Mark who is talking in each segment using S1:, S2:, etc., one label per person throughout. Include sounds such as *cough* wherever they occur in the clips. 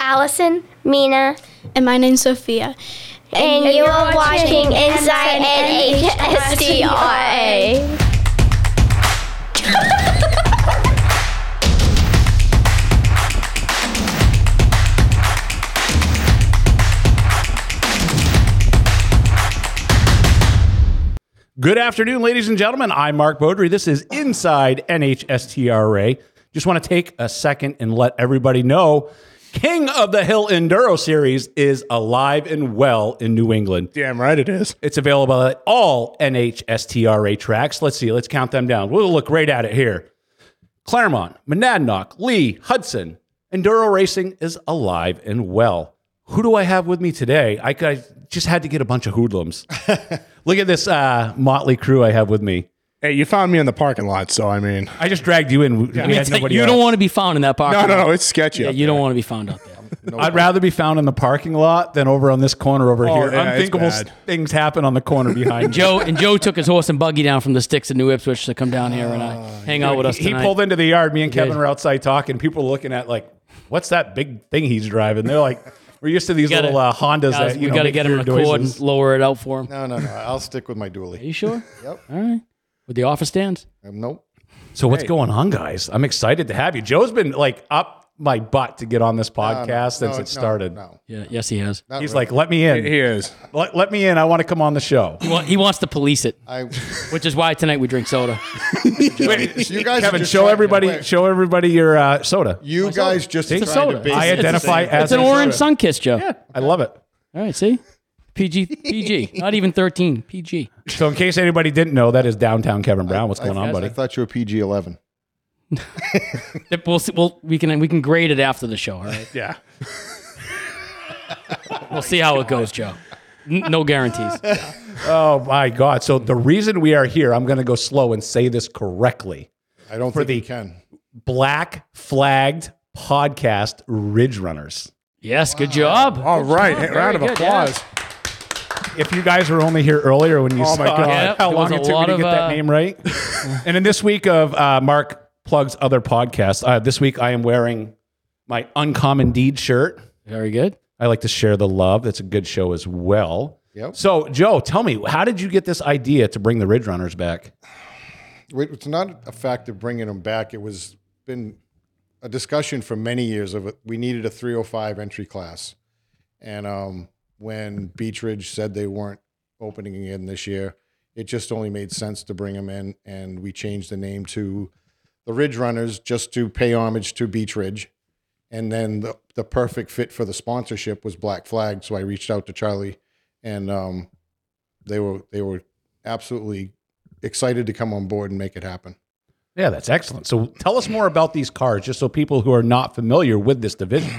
S1: Allison, Mina,
S2: And my name's Sophia.
S1: and, you are watching Inside NHSDRA.
S3: Good afternoon, ladies and gentlemen. I'm Mark Beaudry. This is Inside NHSTRA. Just want to take a second and let everybody know King of the Hill Enduro Series is alive and well in New England.
S4: Damn right it is.
S3: It's available at all NHSTRA tracks. Let's see, let's count them down. We'll look right at it here. Claremont, Monadnock, Lee, Hudson. Enduro racing is alive and well. Who do I have with me today? I, could- I just had to get a bunch of hoodlums. *laughs* look at this uh, motley crew I have with me.
S4: Hey, you found me in the parking lot, so I mean, *laughs*
S3: I just dragged you in. We had
S5: It's like
S3: nobody
S5: you
S3: else.
S5: don't want to be found in that parking
S4: no,
S5: lot.
S4: no, no, it's sketchy.
S5: Yeah,
S4: up
S5: you don't
S4: there.
S5: want to be found out there.
S3: I'd rather be found in the parking lot than over on this corner over
S4: Oh,
S3: here.
S4: yeah, it's
S3: Unthinkable
S4: bad.
S3: things happen on the
S5: *laughs*
S3: corner behind you.
S5: Joe and Joe took his horse and buggy down from the sticks at New Ipswich to come down here and I hang out with us
S3: Ah, He
S5: tonight.
S3: pulled into the yard. Me and Kevin
S5: did.
S3: were outside talking. People were looking at like, what's that big thing he's driving? They're like, we're used to these
S5: Gotta-
S3: little uh, Hondas.
S5: guys,
S3: that,
S5: we
S3: you know,
S5: got to
S3: make
S5: get him in a
S3: weird
S5: cord and
S3: noises.
S5: lower it out for him.
S6: No, no, no. I'll stick with my
S5: Are
S6: dually.
S5: you
S3: *laughs*
S5: sure?
S6: Yep.
S5: All right. With the offer stands?
S6: Um, nope.
S3: So what's going on, guys? I'm excited to have you. Joe's been like up my butt to get on this
S6: No,
S3: podcast
S6: no,
S3: since
S6: no,
S3: it started.
S6: No,
S5: Yeah. Yes, he has.
S6: no,
S3: He's like, let me in.
S4: He is.
S3: Let, let me in. I want to come on
S5: *laughs*
S3: the show.
S5: He, wa- he wants to police it,
S6: I,
S5: which is why tonight we drink
S3: *laughs*
S5: soda.
S3: Wait, *laughs*
S6: you guys are
S3: Kevin,
S6: just
S3: show
S6: trying to
S3: everybody,
S6: wait.
S3: show everybody your uh, soda.
S6: you guys just
S3: See?
S6: trying
S3: It's a
S6: to base
S3: I
S6: it.
S3: identify as
S5: It's an
S3: a
S5: orange
S3: soda.
S5: sun kiss, Joe.
S3: I love it.
S5: All right. See? PG,
S3: *laughs*
S5: PG, not even 13, PG.
S3: So, in case anybody didn't know, that is downtown Kevin Brown. What's going on,
S6: I
S3: buddy?
S6: thought you were PG eleven.
S5: Yep, We'll, see, we'll we can we can grade it after the show. All right.
S3: Yeah.
S5: We'll see how it goes, Joe. N- no guarantees.
S3: Oh my God. So the reason we are here, I'm going to go slow and say this correctly.
S6: I don't think
S3: the-
S6: you can.
S3: Black flagged podcast Ridge Runners.
S5: Yes. Good job.
S4: All right, hey, round of
S5: good,
S4: applause.
S3: If you guys were only here earlier when you
S4: Oh
S3: saw
S4: my God.
S5: Yep,
S3: how
S5: there
S3: long
S5: was a
S3: it took me
S5: lot
S3: to
S5: of,
S3: get
S5: uh,
S3: that
S5: *laughs*
S3: name right. and in this week of uh, Mark plugs other podcasts, uh, this week I am wearing my Uncommon Deed shirt.
S5: Very good.
S3: I like to share the love. That's a good show as well.
S6: Yep.
S3: So, Joe, tell me, how did you get this idea to bring the Ridge Runners back?
S6: Wait, It's not a fact of bringing them back. It was been a discussion for many years of it. we needed a 305 entry class, and um, when Beechridge said they weren't opening again this year, it just only made sense to bring them in, and we changed the name to the Ridge Runners just to pay homage to Beach Ridge. And then the, the perfect fit for the sponsorship was Black Flag, so I reached out to Charlie, and um, they were they were absolutely excited to come on board and make it happen.
S3: Yeah, that's excellent. So tell us more about these cars, just so people who are not familiar with this division.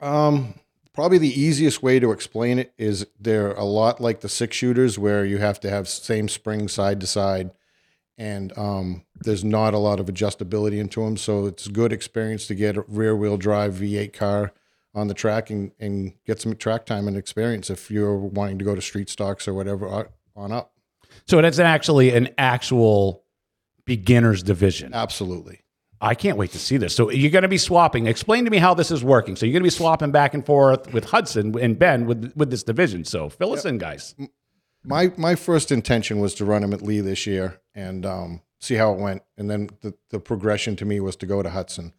S6: Um, probably the easiest way to explain it is they're a lot like the six shooters, where you have to have same spring side to side, and um, there's not a lot of adjustability into them. So it's a good experience to get a rear wheel drive V8 car on the track and, and get some track time and experience if you're wanting to go to street stocks or whatever o- on up.
S3: *clears throat* So it's an- actually an actual beginner's division.
S6: Absolutely.
S3: I can't wait to see this. So you're going to be swapping. Explain to me how this is working. So you're going to be swapping back and forth with Hudson and Ben with with this division. So fill us in, guys.
S6: my my first intention was to run him at Lee this year and um, see how it went, and then the, the progression to me was to go to Hudson,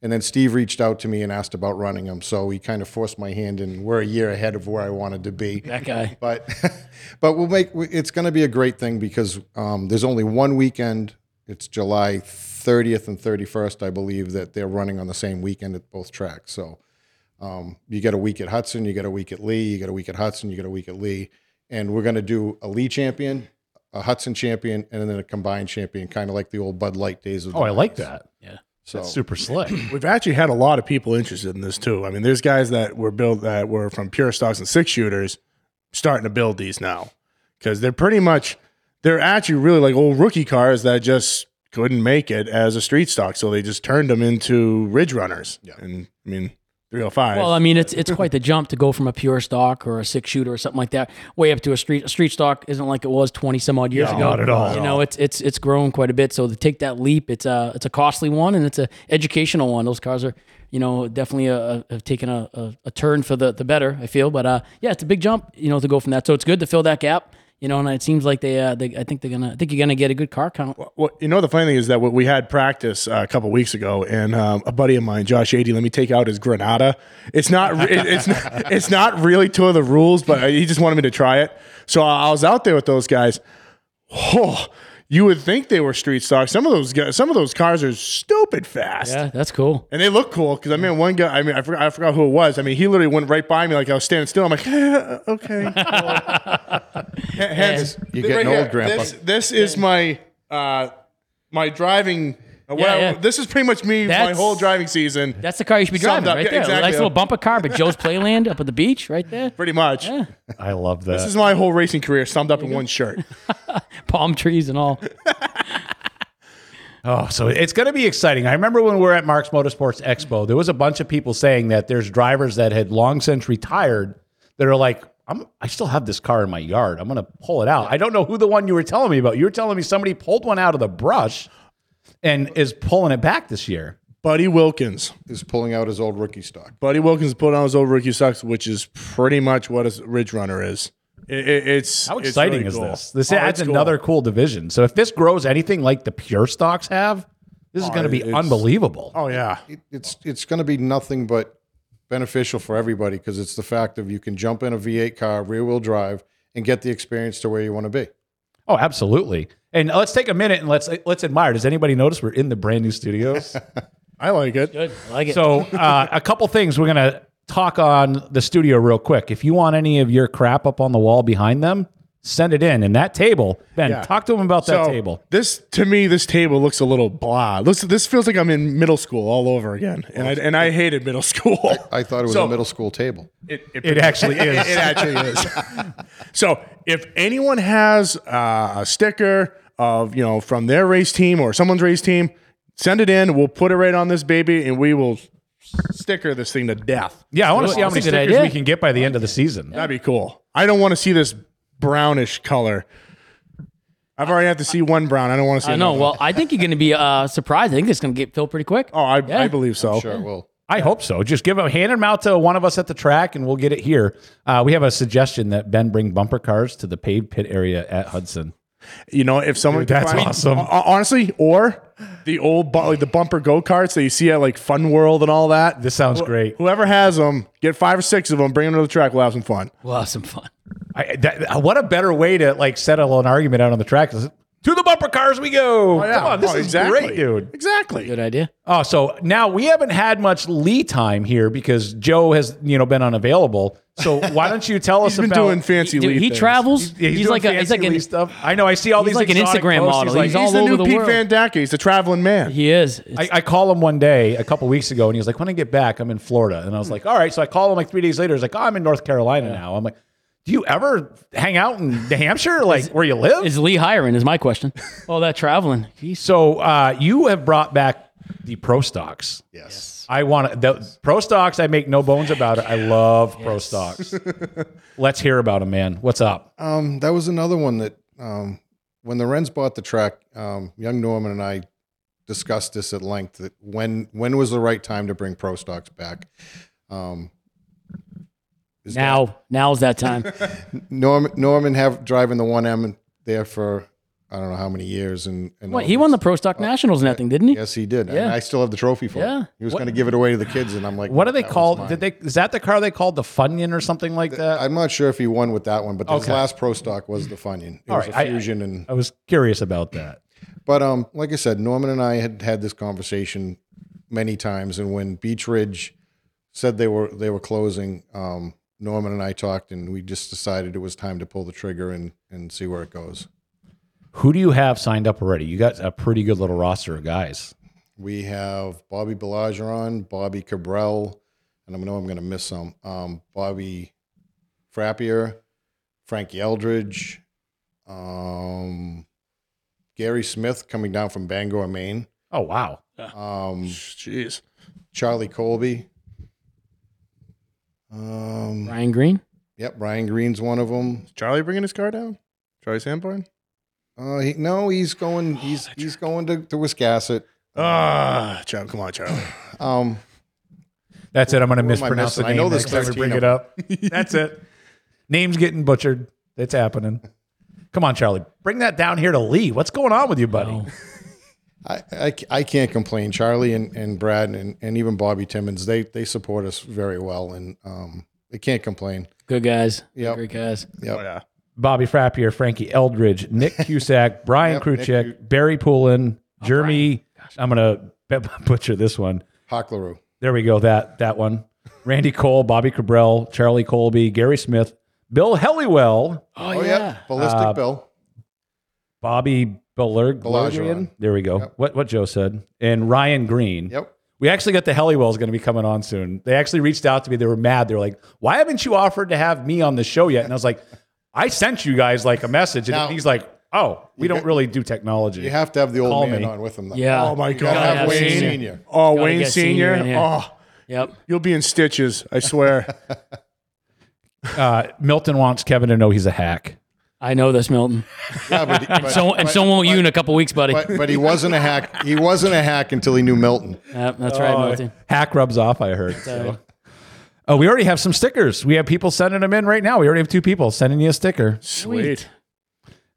S6: and then Steve reached out to me and asked about running him, so he kind of forced my hand, and we're a year ahead of where I wanted to be.
S5: That guy.
S6: But *laughs* but we'll make it's going to be a great thing because um, there's only one weekend. It's July 30th and 31st, I believe, that they're running on the same weekend at both tracks. So um, you get a week at Hudson, you get a week at Lee, you get a week at Hudson, you get a week at Lee, and we're going to do a Lee champion, a Hudson champion, and then a combined champion, kind of like the old Bud Light days. Of the
S3: Oh, I like
S6: 90s.
S3: that.
S6: So
S3: That's super *clears throat* slick.
S4: We've actually had a lot of people interested in this too. I mean, there's guys that were built that were from pure stocks and six shooters starting to build these now because they're pretty much they're actually really like old rookie cars that just couldn't make it as a street stock, so they just turned them into ridge runners.
S6: Yeah.
S4: And I mean, 305.
S5: Well, I mean, it's it's quite the jump to go from a pure stock or a six shooter or something like that way up to a street. A street stock isn't like it was twenty some odd years
S4: No,
S5: ago.
S4: not at all.
S5: You know, it's it's it's grown quite a bit. So to take that leap, it's a it's a costly one and it's a educational one. Those cars are, you know, definitely uh have taken a, a, a turn for the the better. I feel, but uh, yeah, it's a big jump. You know, to go from that. So it's good to fill that gap. You know, and it seems like they, uh, they I think they're gonna, I think you're gonna get a good car count.
S4: Well, you know the funny thing is that we had practice uh, a couple weeks ago, and um, a buddy of mine, Josh Ady, let me take out his Granada. It's not, it, it's not, it's not really two of the rules, but he just wanted me to try it. So I I was out there with those guys. Oh, you would think they were street stock. Some of those guys, some of those cars are stupid fast.
S5: Yeah, that's cool.
S4: And they look cool because I mean, one guy. I mean, I forgot, I forgot who it was. I mean, he literally went right by me like I was standing still. I'm like, *laughs* "Eh,
S3: *laughs*
S4: okay. Hence,
S6: You're getting old, Grandpa.
S4: This, this is my uh, my driving. uh, well,
S5: yeah.
S4: this is pretty much me my
S5: That's-
S4: whole driving season.
S5: That's the car you should be
S4: Summed
S5: driving
S4: up.
S5: right
S4: Yeah,
S5: there.
S4: exactly.
S5: Nice little bumper car, but Joe's Playland up at the beach right there.
S4: pretty much.
S3: I love that.
S4: This is my whole racing career summed up in one shirt.
S5: Palm trees and all.
S3: Oh, so it's going to be exciting. I remember when we were at Mark's Motorsports Expo, there was a bunch of people saying that there's drivers that had long since retired that are like, I'm, I still have this car in my yard. I'm going to pull it out. I don't know who the one you were telling me about. You were telling me somebody pulled one out of the brush and is pulling it back this year.
S4: Buddy Wilkins.
S6: Is pulling out his old rookie stock.
S4: Buddy Wilkins put on his old rookie socks, which is pretty much what a Ridge Runner is. It, it- it's
S3: How
S4: it's
S3: exciting
S4: really
S3: is
S4: cool.
S3: this? This
S4: Oh,
S3: adds
S4: it's cool.
S3: another cool division. So if this grows anything like the pure stocks have, this is going to be
S4: Oh, it's-
S3: unbelievable.
S4: Oh yeah.
S6: it, it's it's going to be nothing but beneficial for everybody because it's the fact of you can jump in a V8 car, rear wheel drive, and get the experience to where you want to be.
S3: Oh, absolutely. And let's take a minute and let's let's admire. Does anybody notice we're in the brand new
S4: *laughs*
S3: studios?
S4: I like it.
S5: Good. I like it.
S3: so uh, a couple things we're gonna talk on the studio real quick. If you want any of your crap up on the wall behind them, send it in. And that table, Ben,
S4: Yeah.
S3: talk to them about that
S4: So,
S3: table.
S4: This to me, this table looks a little blah. This this feels like I'm in middle school all over again, and I and I hated middle school.
S6: I thought it was
S4: So-
S6: a middle school table.
S4: it,
S3: It actually is.
S4: it actually is. *laughs* so if anyone has uh, a sticker of you know from their race team or someone's race team, send it in. We'll put it right on this baby, and we will sticker this thing to death.
S3: Yeah, I want to see how many
S5: That's a good
S3: stickers
S5: idea.
S3: we can get by the end of the season.
S4: That'd be cool. I don't want to see this brownish color. I've already had to see one brown. I don't want to see.
S5: I know.
S4: another.
S5: Well, I think you're going to be uh, surprised. I think it's going to get filled pretty quick.
S4: Oh, I, I believe so.
S6: Sure, it will.
S3: I hope so. Just give them, hand them out to one of us at the track, and we'll get it here. Uh, we have a suggestion that Ben bring bumper cars to the paved pit area at Hudson.
S4: You know, if someone
S3: Dude, that's
S4: I mean,
S3: awesome.
S4: hon- Honestly, or the old bu- like the bumper go karts that you see at like Fun World and all that.
S3: This sounds great.
S4: Whoever has them, get five or six of them, bring them to the track. We'll have some fun.
S5: We'll have some fun.
S3: I, that, what a better way to like settle an argument out on the track is to the bumper cars we go. Come on, this
S4: Oh,
S3: is
S4: exactly.
S3: great, dude.
S4: Exactly.
S5: Good idea.
S3: Oh, so now we haven't had much Lee time here because Joe has you know been unavailable. So why don't you tell us
S4: *laughs* He's been
S3: about?
S4: doing fancy.
S5: Dude,
S4: Lee
S5: he
S4: things.
S5: travels.
S3: Yeah,
S5: he's,
S3: doing
S5: like a, he's
S3: fancy
S5: like an,
S3: Lee stuff. I know. I see all
S5: he's
S3: these
S5: like an
S3: exotic
S5: Instagram
S3: posts.
S5: model.
S3: He's
S5: He's
S3: like,
S5: all
S4: He's the
S5: over
S4: new
S5: the
S4: Pete
S5: world.
S4: Van Dacke. He's the traveling man.
S5: He is. It's-
S3: I, I call him one day a couple weeks ago, and he was like, "When I get back, I'm in Florida." And I
S5: Hmm.
S3: was like, "All right." So I call him like three days later. He's like, oh, "I'm in North Carolina now." I'm like, "Do you ever hang out in New Hampshire, like where you live?"
S5: is Lee hiring? Is my question. All that traveling. He's
S3: So uh, you have brought back the pro stocks.
S6: Yes.
S3: I want the pro stocks. I make no bones about it. I love pro
S6: *laughs*
S3: stocks. Let's hear about them, man. What's up?
S6: Um, that was another one that um, when the Wrens bought the track, um, young Norman and I discussed this at length. That when when was the right time to bring pro stocks back? Um, is that-
S5: now. Now's that time.
S6: Norman Norman have driving the one M there for I don't know how many years, and, and
S5: what,
S6: all
S5: he won
S6: this.
S5: the Pro Stock Nationals and that thing, didn't he?
S6: Yes, he did. And
S5: Yeah.
S6: I still have the trophy for
S5: Yeah.
S6: him. He was going to give it away to the kids, and I'm like,
S3: What are they
S6: "That was
S3: called?
S6: mine."
S3: Did they? Is that the car they called the Funyun or something like that?
S6: I'm not sure if he won with that one, but his
S3: Okay.
S6: last pro stock was the Funyun. It
S3: All
S6: was
S3: right, I-
S6: a fusion, and
S3: I was curious about that.
S6: but um, like I said, Norman and I had had this conversation many times, and when Beach Ridge said they were they were closing, um, Norman and I talked, and we just decided it was time to pull the trigger and and see where it goes.
S3: Who do you have signed up already? You got a pretty good little roster of guys.
S6: We have Bobby Belageron, Bobby Cabrell, and I know I'm going to miss some. Um, Bobby Frappier, Frankie Eldridge, um, Gary Smith coming down from Bangor, Maine,
S3: Oh wow!
S6: um,
S4: Jeez.
S6: Charlie Colby, Um,
S5: Ryan Green.
S6: Yep, Ryan Green's one of them.
S4: Is Charlie bringing his car down? Charlie Sanborn?
S6: Uh, he, no, he's
S4: Oh,
S6: going. He's he's going to to Wiscasset.
S4: Ah, Charlie, come on,
S5: *sighs*
S4: Charlie.
S6: Um,
S3: That's it. I'm going to
S6: What am I
S3: mispronounce the
S6: missing? I
S3: name
S6: know there's
S3: next time we
S6: 13
S3: bring
S6: of
S3: it up. That's it. Name's getting butchered. It's happening. Come on, Charlie. Bring that down here to Lee. What's going on with you, buddy?
S6: I, I, I can't complain. Charlie and, and Brad and, and even Bobby Timmons, they they support us very well, and um, they can't complain.
S5: Good guys.
S6: Yep.
S5: Great guys.
S6: Yep.
S4: Oh, yeah.
S3: Bobby Frappier, Frankie Eldridge,
S6: *laughs*
S3: Nick Cusack, Brian
S6: Yep, Nick
S3: Kruchek,
S6: Cu- Oh,
S3: Barry Poulin, Jeremy. I'm *laughs* going to butcher this one.
S6: Hockleroo.
S3: There we go. That that
S6: *laughs*
S3: one. Randy Cole, Bobby Cabrell, Charlie Colby, Gary Smith, Bill Helliwell,
S5: Oh,
S6: Oh,
S5: yeah.
S6: yeah. Ballistic
S3: Uh,
S6: Bill.
S3: Bobby Belerg.
S6: Bellagio.
S3: There we go. What what Joe said, and Ryan Green.
S6: Yep.
S3: We actually got the Helliwell's going to be coming on soon. They actually reached out to me. They were mad. They were like, "Why haven't you offered to have me on the show yet?" And I was like, "I sent you guys like a message." And
S6: Now-
S3: he's like, "Oh, we don't
S6: got-
S3: really do technology."
S6: You have to have the old
S3: Call
S6: man
S3: me.
S6: on with him. Though.
S5: Yeah.
S4: Oh, my
S6: You gotta
S5: God.
S4: God.
S6: have Wayne
S5: Senior.
S6: Senior.
S4: Oh,
S5: Gotta
S4: Wayne
S5: get Senior
S4: Senior.
S5: in here.
S4: Oh,
S5: Yep.
S4: you'll be in stitches,
S5: *laughs*
S4: I swear.
S3: Uh, Milton wants Kevin to know he's a hack.
S5: I know this, Milton.
S6: Yeah, but, but,
S5: So *laughs* and
S6: but-
S5: so won't you in a couple weeks, buddy.
S6: But, but he wasn't a hack. He wasn't a hack until he
S5: *laughs*
S6: knew Milton.
S5: Yep, that's right,
S3: Oh,
S5: Milton.
S3: hack rubs off. I heard. so. Oh, we already have some stickers. We have people sending them in right now. We already have two people sending you a sticker,
S4: Sweet.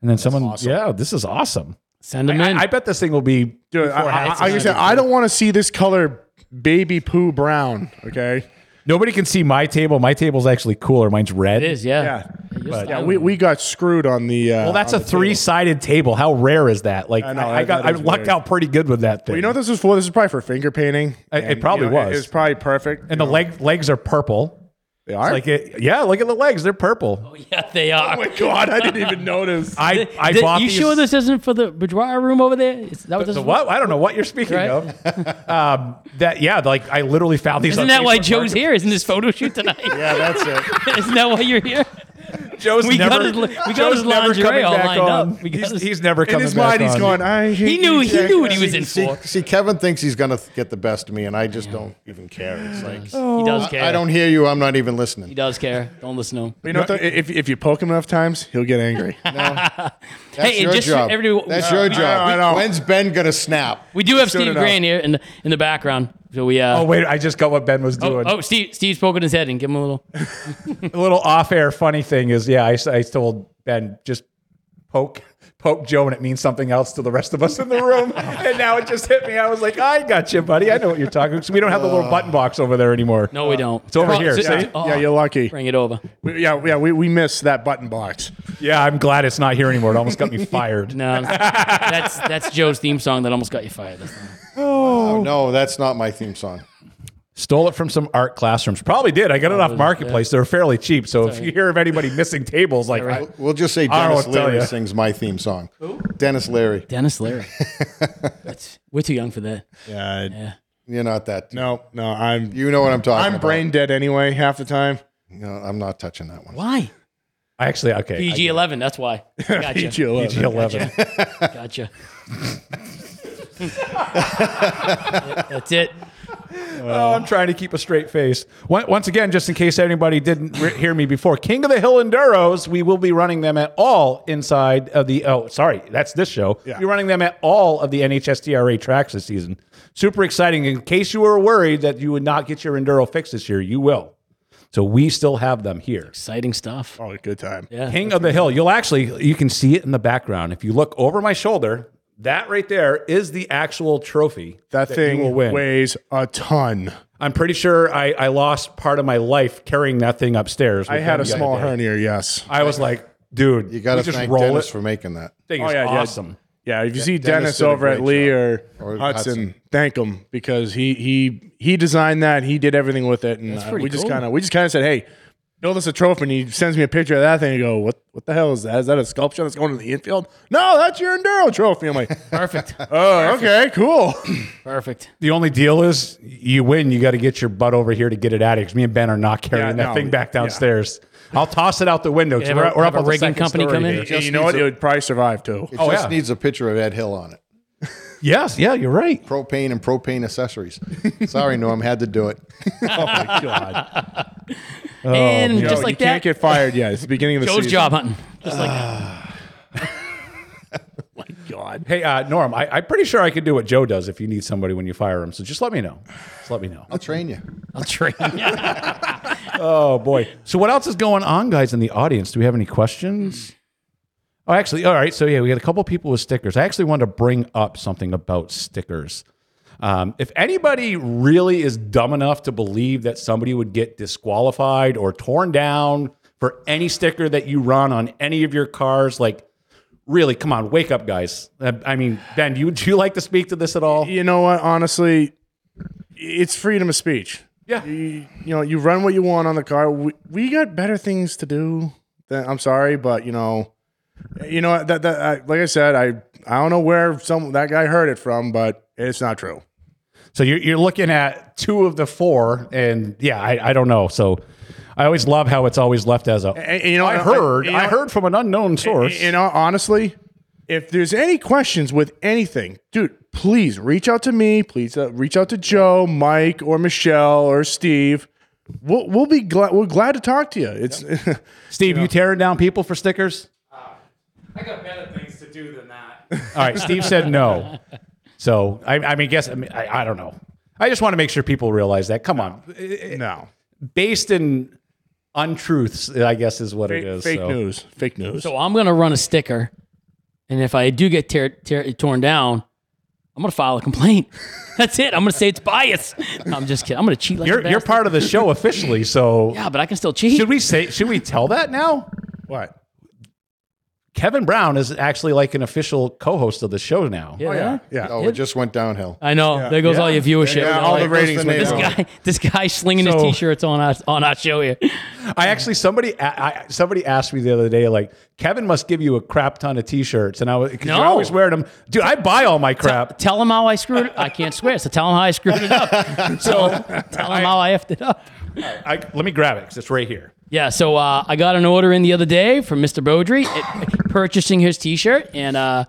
S3: and then someone. Yeah, this is awesome.
S5: Send them
S3: I,
S5: in.
S3: I bet this thing will be.
S4: Dude, I,
S3: before
S4: I,
S3: hats
S4: like I
S3: and
S4: said, I don't want to see this color baby poo brown, okay?
S3: Nobody can see my table. My table's actually cooler. Mine's red.
S5: it is, yeah.
S4: Yeah.
S5: You're
S4: Yeah,
S5: styling.
S4: we, we got screwed on the. Uh,
S3: Well, that's
S4: on
S3: a
S4: the table.
S3: three-sided table. How rare is that? Like, I,
S4: I know,
S3: I
S4: that-
S3: got, I
S4: that is
S3: lucked
S4: weird.
S3: out pretty good with that thing.
S4: Well, you know what this is for? This is probably for finger painting.
S3: It- it probably was.
S4: It's probably perfect.
S3: and the leg legs are purple.
S4: They are?
S3: Like, it, yeah, look at the legs; they're purple.
S5: yeah, they are.
S4: oh my God,
S5: *laughs*
S4: I didn't even notice.
S3: I, I
S5: Th-
S3: bought
S5: you
S3: these-
S5: sure this isn't for the boudoir room over there? Is that what this
S3: The
S5: is
S3: what? I don't know what you're speaking
S5: Right?
S3: of. Um, that yeah, like I literally found these.
S5: For? Isn't
S3: on
S5: that why
S3: Facebook
S5: Joe's
S3: Market-
S5: here? Isn't this photo shoot tonight?
S4: yeah,
S3: *laughs*
S4: that's it.
S5: Isn't that why you're here?
S3: Joe's
S5: We got
S3: never.
S5: his li- we got his
S3: Joe's never
S5: lingerie
S3: coming
S5: all
S3: back
S5: lined
S3: on.
S5: up. We got
S3: he's,
S5: his-
S3: he's never
S4: In
S3: coming
S4: his
S3: back
S4: mind, he's
S3: on.
S4: going, I hate
S5: He knew
S4: you,
S5: he
S4: Jack."
S5: knew what he was in
S6: See,
S5: for.
S6: see, Kevin thinks he's gonna get the best of me, and I just don't even care. It's like
S5: He does care.
S6: I, I don't hear you. I'm not even
S5: He
S6: listening.
S5: does care. Don't listen to him.
S4: But you know what? though? If, if you poke him enough times, he'll
S3: *laughs*
S4: get angry.
S6: That's
S5: Hey, and
S6: your
S5: just
S6: job.
S5: everybody-
S6: That's your job.
S4: I know.
S6: When's Ben gonna snap?
S5: We do have
S4: Soon
S5: Steve
S4: enough.
S5: Grant here in the in the background. So we
S3: Oh
S5: uh,
S3: wait, I just got what Ben was doing.
S5: oh Steve Steve's poking his head and give him a little.
S3: a little off-air funny thing is, yeah, I, s- I told Ben just poke poke Joe, and it means something else to the rest of us in the
S4: *laughs*
S3: room. and now it just hit me. I was like, I got you, buddy. I know what you're talking. Because we don't have the
S4: Uh.
S3: little button box over there anymore.
S5: No, we don't. It's
S3: over here, see?
S5: Oh,
S4: yeah, you're lucky.
S5: bring it over.
S4: We, yeah, yeah, we, we missed that button box.
S3: Yeah, I'm glad it's not here anymore. It almost got me *laughs* fired.
S5: No, that's that's Joe's theme song that almost got you fired. That's not-
S6: Oh no, that's not my theme song.
S3: Stole it from some art classrooms. Probably did. I got it off Marketplace. They were fairly cheap. So if you hear of anybody missing tables, like I-
S6: We'll just say
S3: I
S6: Dennis
S3: won't tell
S6: Leary
S3: ya.
S6: sings my theme song. Dennis Leary.
S5: Dennis Leary. *laughs* That's, we're too young for that.
S4: Yeah.
S6: You're not that.
S4: No, no, I'm
S6: You know what I'm talking
S4: I'm
S6: about.
S4: brain dead anyway half the time.
S6: No, I'm not touching that one.
S5: Why?
S3: I actually okay. I
S5: PG
S3: get
S5: eleven. That's why. Gotcha.
S4: PG
S3: it.
S4: eleven.
S3: PG-11.
S5: Gotcha. *laughs* that's it.
S3: Oh, I'm trying to keep a straight face. Once once again, just in case anybody didn't re- hear me before, King of the Hill Enduros, we will be running them at all inside of the. Oh, sorry, that's this show.
S4: Yeah.
S3: We're running them at all of the NHSDRA tracks this season. Super exciting. In case you were worried that you would not get your Enduro fix this year, you will. So we still have them here.
S5: Exciting stuff.
S4: Oh, good time.
S5: Yeah.
S3: King of the Hill. You'll actually you can see it in the background if you look over my shoulder. That right there is the actual trophy
S4: That
S3: you will
S4: thing
S3: win.
S4: weighs a ton.
S3: I'm pretty sure I, I lost part of my life carrying that thing upstairs.
S4: I
S3: with
S4: had
S3: me
S4: a
S3: the other
S4: small
S3: day.
S4: hernia, yes.
S3: I was like, dude,
S6: You got to
S3: we just
S6: thank
S3: roll
S6: Dennis
S3: it.
S6: for making that.
S3: thing
S4: Oh,
S3: is
S4: yeah, yeah.
S3: awesome.
S4: Yeah, if you see Dennis,
S6: Dennis did a
S4: over at
S6: great
S4: Lee
S6: job.
S4: or,
S6: Or
S4: Hudson,
S6: Hudson.
S4: thank him because he he he designed that. He did everything with it, and uh,
S5: pretty
S4: we just
S5: cool.
S4: kind of we just kind of said, "Hey, build us a trophy." And he sends me a picture of that thing. and go, "What what the hell is that? Is that a sculpture that's going to the infield?" No, that's your enduro trophy. I'm like,
S5: Perfect.
S4: "Oh, okay, cool."
S5: Perfect.
S3: The only deal is you win, you got to get your butt over here to get it out of because me and Ben are not carrying
S4: Yeah,
S3: that
S4: no,
S3: thing back
S4: yeah.
S3: downstairs. I'll toss it out the window. 'cause
S5: Yeah,
S3: we're,
S5: have a-
S3: we're up
S5: have a
S3: on the
S5: rigging
S3: second
S5: company
S3: story
S5: come in?
S3: here.
S4: you know what? It would probably survive too.
S6: It
S3: Oh,
S6: just
S3: yeah.
S6: needs a picture of Ed Hill on it.
S3: Yes, yeah, you're right.
S4: *laughs*
S6: propane and propane accessories. Sorry, Norm, had to do it.
S3: Oh my god.
S5: and
S4: Joe,
S5: just like
S4: Oh, you can't
S5: that,
S4: get fired yet. It's the beginning of the
S5: Joe's
S4: season.
S5: job hunting.
S4: God.
S3: Hey, uh, Norm, I, I'm pretty sure I could do what Joe does if you need somebody when you fire him. So just let me know. Just let me know.
S6: I'll
S5: *laughs*
S6: train you.
S5: I'll train. *laughs*
S3: Oh boy. So what else is going on, guys, in the audience? Do we have any questions? Oh, actually, all right. So yeah, we got a couple people with stickers. I actually wanted to bring up something about stickers. Um, if anybody really is dumb enough to believe that somebody would get disqualified or torn down for any sticker that you run on any of your cars, like really, come on, wake up, guys. Uh, I mean, Ben, do you, do you like to speak to this at all?
S4: You know what? Honestly, it's freedom of speech.
S3: Yeah.
S4: You, you know, you run what you want on the car. We, we got better things to do. Than, I'm sorry, but you know, you know that that I, like I said, I I don't know where some that guy heard it from, but it's not true.
S3: So you're, you're looking at two of the four, and yeah, I, I don't know. So I always love how it's always left as a.
S4: and you know,
S3: I
S4: I-
S3: heard,
S4: you know-
S3: I heard from an unknown source.
S4: You know, honestly, if there's any questions with anything, dude, please reach out to me. Please uh, reach out to Joe, Mike, or Michelle or Steve. We'll we'll be glad we're glad to talk to you. It's *laughs*
S3: Steve, you tearing down people for stickers?
S2: I got better things to do than that.
S3: All right, Steve said no. So I, I mean, guess I, mean, I, I don't know. I just want to make sure people realize that. Come on,
S4: no
S3: based in untruths, I guess is what
S4: fake,
S3: it is.
S4: fake
S3: so.
S4: news, fake news.
S5: So I'm gonna run a sticker, and if I do get tear, tear, torn down, I'm gonna file a complaint. *laughs* That's it. I'm gonna say it's bias. No, I'm just kidding. I'm gonna cheat like a
S3: You're, you're
S5: bastard.
S3: part of the show officially, so
S5: Yeah, but I can still cheat.
S3: should we say? Should we tell that now?
S4: what?
S3: Kevin Brown is actually like an official co-host of the show now.
S5: yeah.
S4: Yeah.
S6: Oh, it just went downhill.
S5: I know. There goes all your viewership.
S4: Yeah,
S5: They're
S4: all the
S5: like,
S4: ratings
S6: Those
S4: went
S5: This
S6: bananas.
S4: down.
S5: guy, this guy slinging his
S3: So-
S5: t-shirts on our on our show here.
S3: I actually somebody I, I- somebody asked me the other day like Kevin must give you a crap ton of t-shirts and I was because
S5: No.
S3: you're always wearing them. Dude, I buy all my crap.
S5: Tell him how I screwed. I can't swear, so tell him how I screwed it up. So tell him how I effed it up.
S3: I, let me grab it because it's right here.
S5: Yeah, so uh, I got an order in the other day from Mr. Beaudry at- purchasing his T-shirt, and uh,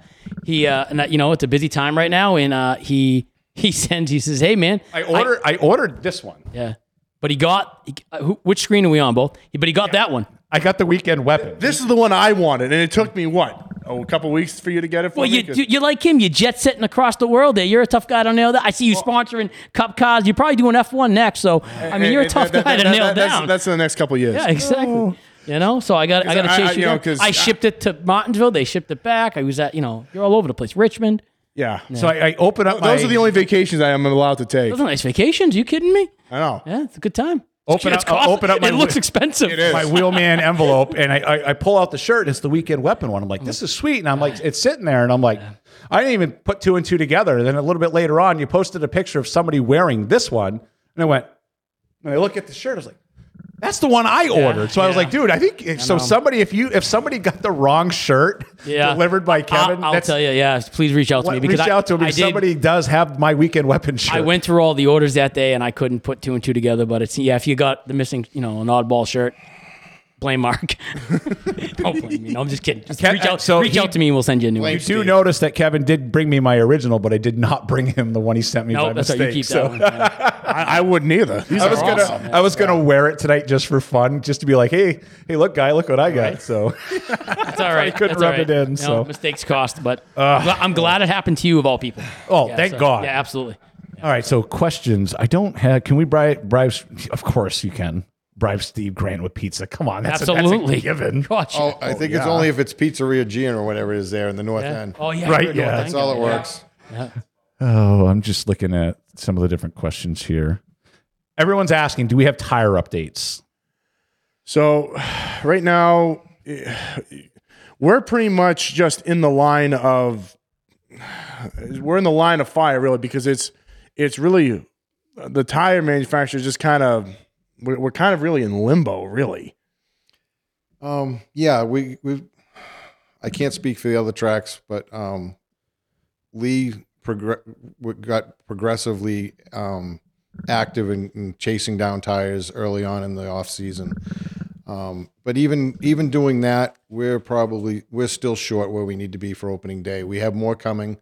S5: he, uh, and, uh, you know, it's a busy time right now, and uh, he he *laughs* sends, he says, "Hey, man,
S3: I ordered I, ordered this one.
S5: yeah." But he got he, uh, who, which screen are we on both? He- But he got that one.
S3: I got the weekend weapon.
S4: This is the one I wanted, and it took me what oh, a couple weeks for you to get it. For
S5: Well,
S4: me?
S5: you
S4: 'Cause-
S5: you you like him. You're jet setting across the world. There, you're a tough guy to nail. That I see you sponsoring Cup cars. You're probably doing F1 next. So I mean, you're a
S4: and
S5: tough
S4: that-
S5: guy
S4: that-
S5: to
S4: that-
S5: nail
S4: that- that's-
S5: down.
S4: That's in the next couple years. Oh,
S5: Yeah, exactly.
S3: Oh.
S5: You know, so I got I got to
S4: I-
S5: chase
S4: I-
S5: you.
S4: you know,
S5: down.
S4: 'cause
S5: I
S4: I-
S5: shipped it to Martinsville. They shipped it back. I was at you know you're all over the place. Richmond.
S4: yeah.
S3: so I, I open up my
S4: Those are the only vacations I am allowed to take.
S5: Those are nice vacations. you kidding me?
S4: I know.
S5: Yeah, it's a good time.
S3: Open
S5: It's
S3: up- I'll
S5: costly.
S3: open up my
S5: It looks
S3: wi-
S5: expensive. It is.
S3: my wheelman envelope and I, I I pull out the shirt and it's the weekend weapon one. I'm like, this is sweet. And I'm like, it's sitting there and I'm like, I didn't even put two and two together. And then a little bit later on, you posted a picture of somebody wearing this one. And I went, and I look at the shirt, I was like, that's the one I ordered. So I was
S5: yeah.
S3: like, dude, I think if, so. Somebody, if you if somebody got the wrong shirt
S5: *laughs* Yeah.
S3: delivered by Kevin,
S5: I'll,
S3: that's
S5: tell you. Yeah, please reach out to me
S3: what,
S5: because
S3: reach
S5: I,
S3: out to him.
S5: I
S3: because
S5: did-
S3: Somebody does have my weekend weapon shirt.
S5: I went through all the orders that day and I couldn't put two and two together. But it's yeah, if you got the missing, you know, an oddball shirt, blame Mark. *laughs* Don't blame me. No, I'm just kidding. Just
S3: Can-
S5: reach out.
S3: so
S5: reach
S3: he-
S5: out to me and we'll send you a new one.
S3: You do notice that Kevin did bring me my original, but I did not bring him the one he sent me
S5: No,
S3: by
S5: that's
S3: mistake.
S5: right. You keep that
S3: so- *laughs*
S5: one. Yeah.
S4: I, I wouldn't either. These
S3: I
S4: are
S3: was gonna,
S4: awesome.
S3: I was gonna wear it tonight just for fun, just to be like, hey, hey, look, guy, look what I got. So,
S5: That's all right.
S3: couldn't
S5: That's all
S3: rub it
S5: right.
S3: in,
S5: No,
S3: so.
S5: mistakes cost, but Well, I'm glad it happened to you of all people.
S3: *laughs* oh,
S5: Yeah,
S3: thank
S5: so-
S3: God.
S5: Yeah, absolutely.
S3: All right, so questions. I don't have. Can we bribe? Bribe? Of course you can. Bribe Steve Grant with pizza. Come on, that's a- that's
S5: absolutely.
S3: a given.
S5: Gotcha.
S6: Oh, I think it's only if it's Pizzeria Gian or whatever it is there in the North
S5: yeah.
S6: End.
S5: Oh, yeah.
S3: Right,
S5: you're doing
S3: yeah.
S5: that.
S6: That's all it works.
S3: Oh, I'm just looking at some of the different questions here. Everyone's asking, do we have tire updates?
S4: So, right now, eh, we're pretty much just in the line of we're in the line of fire, really, because it's it's really the tire manufacturers just kind of we're, we're kind of really in limbo, really.
S6: Um, yeah, we we. I can't speak for the other tracks, but um, Lee progr- w- got progressively um, active in, in chasing down tires early on in the off season. Um, but even even doing that, we're probably we're still short where we need to be for opening day. We have more coming,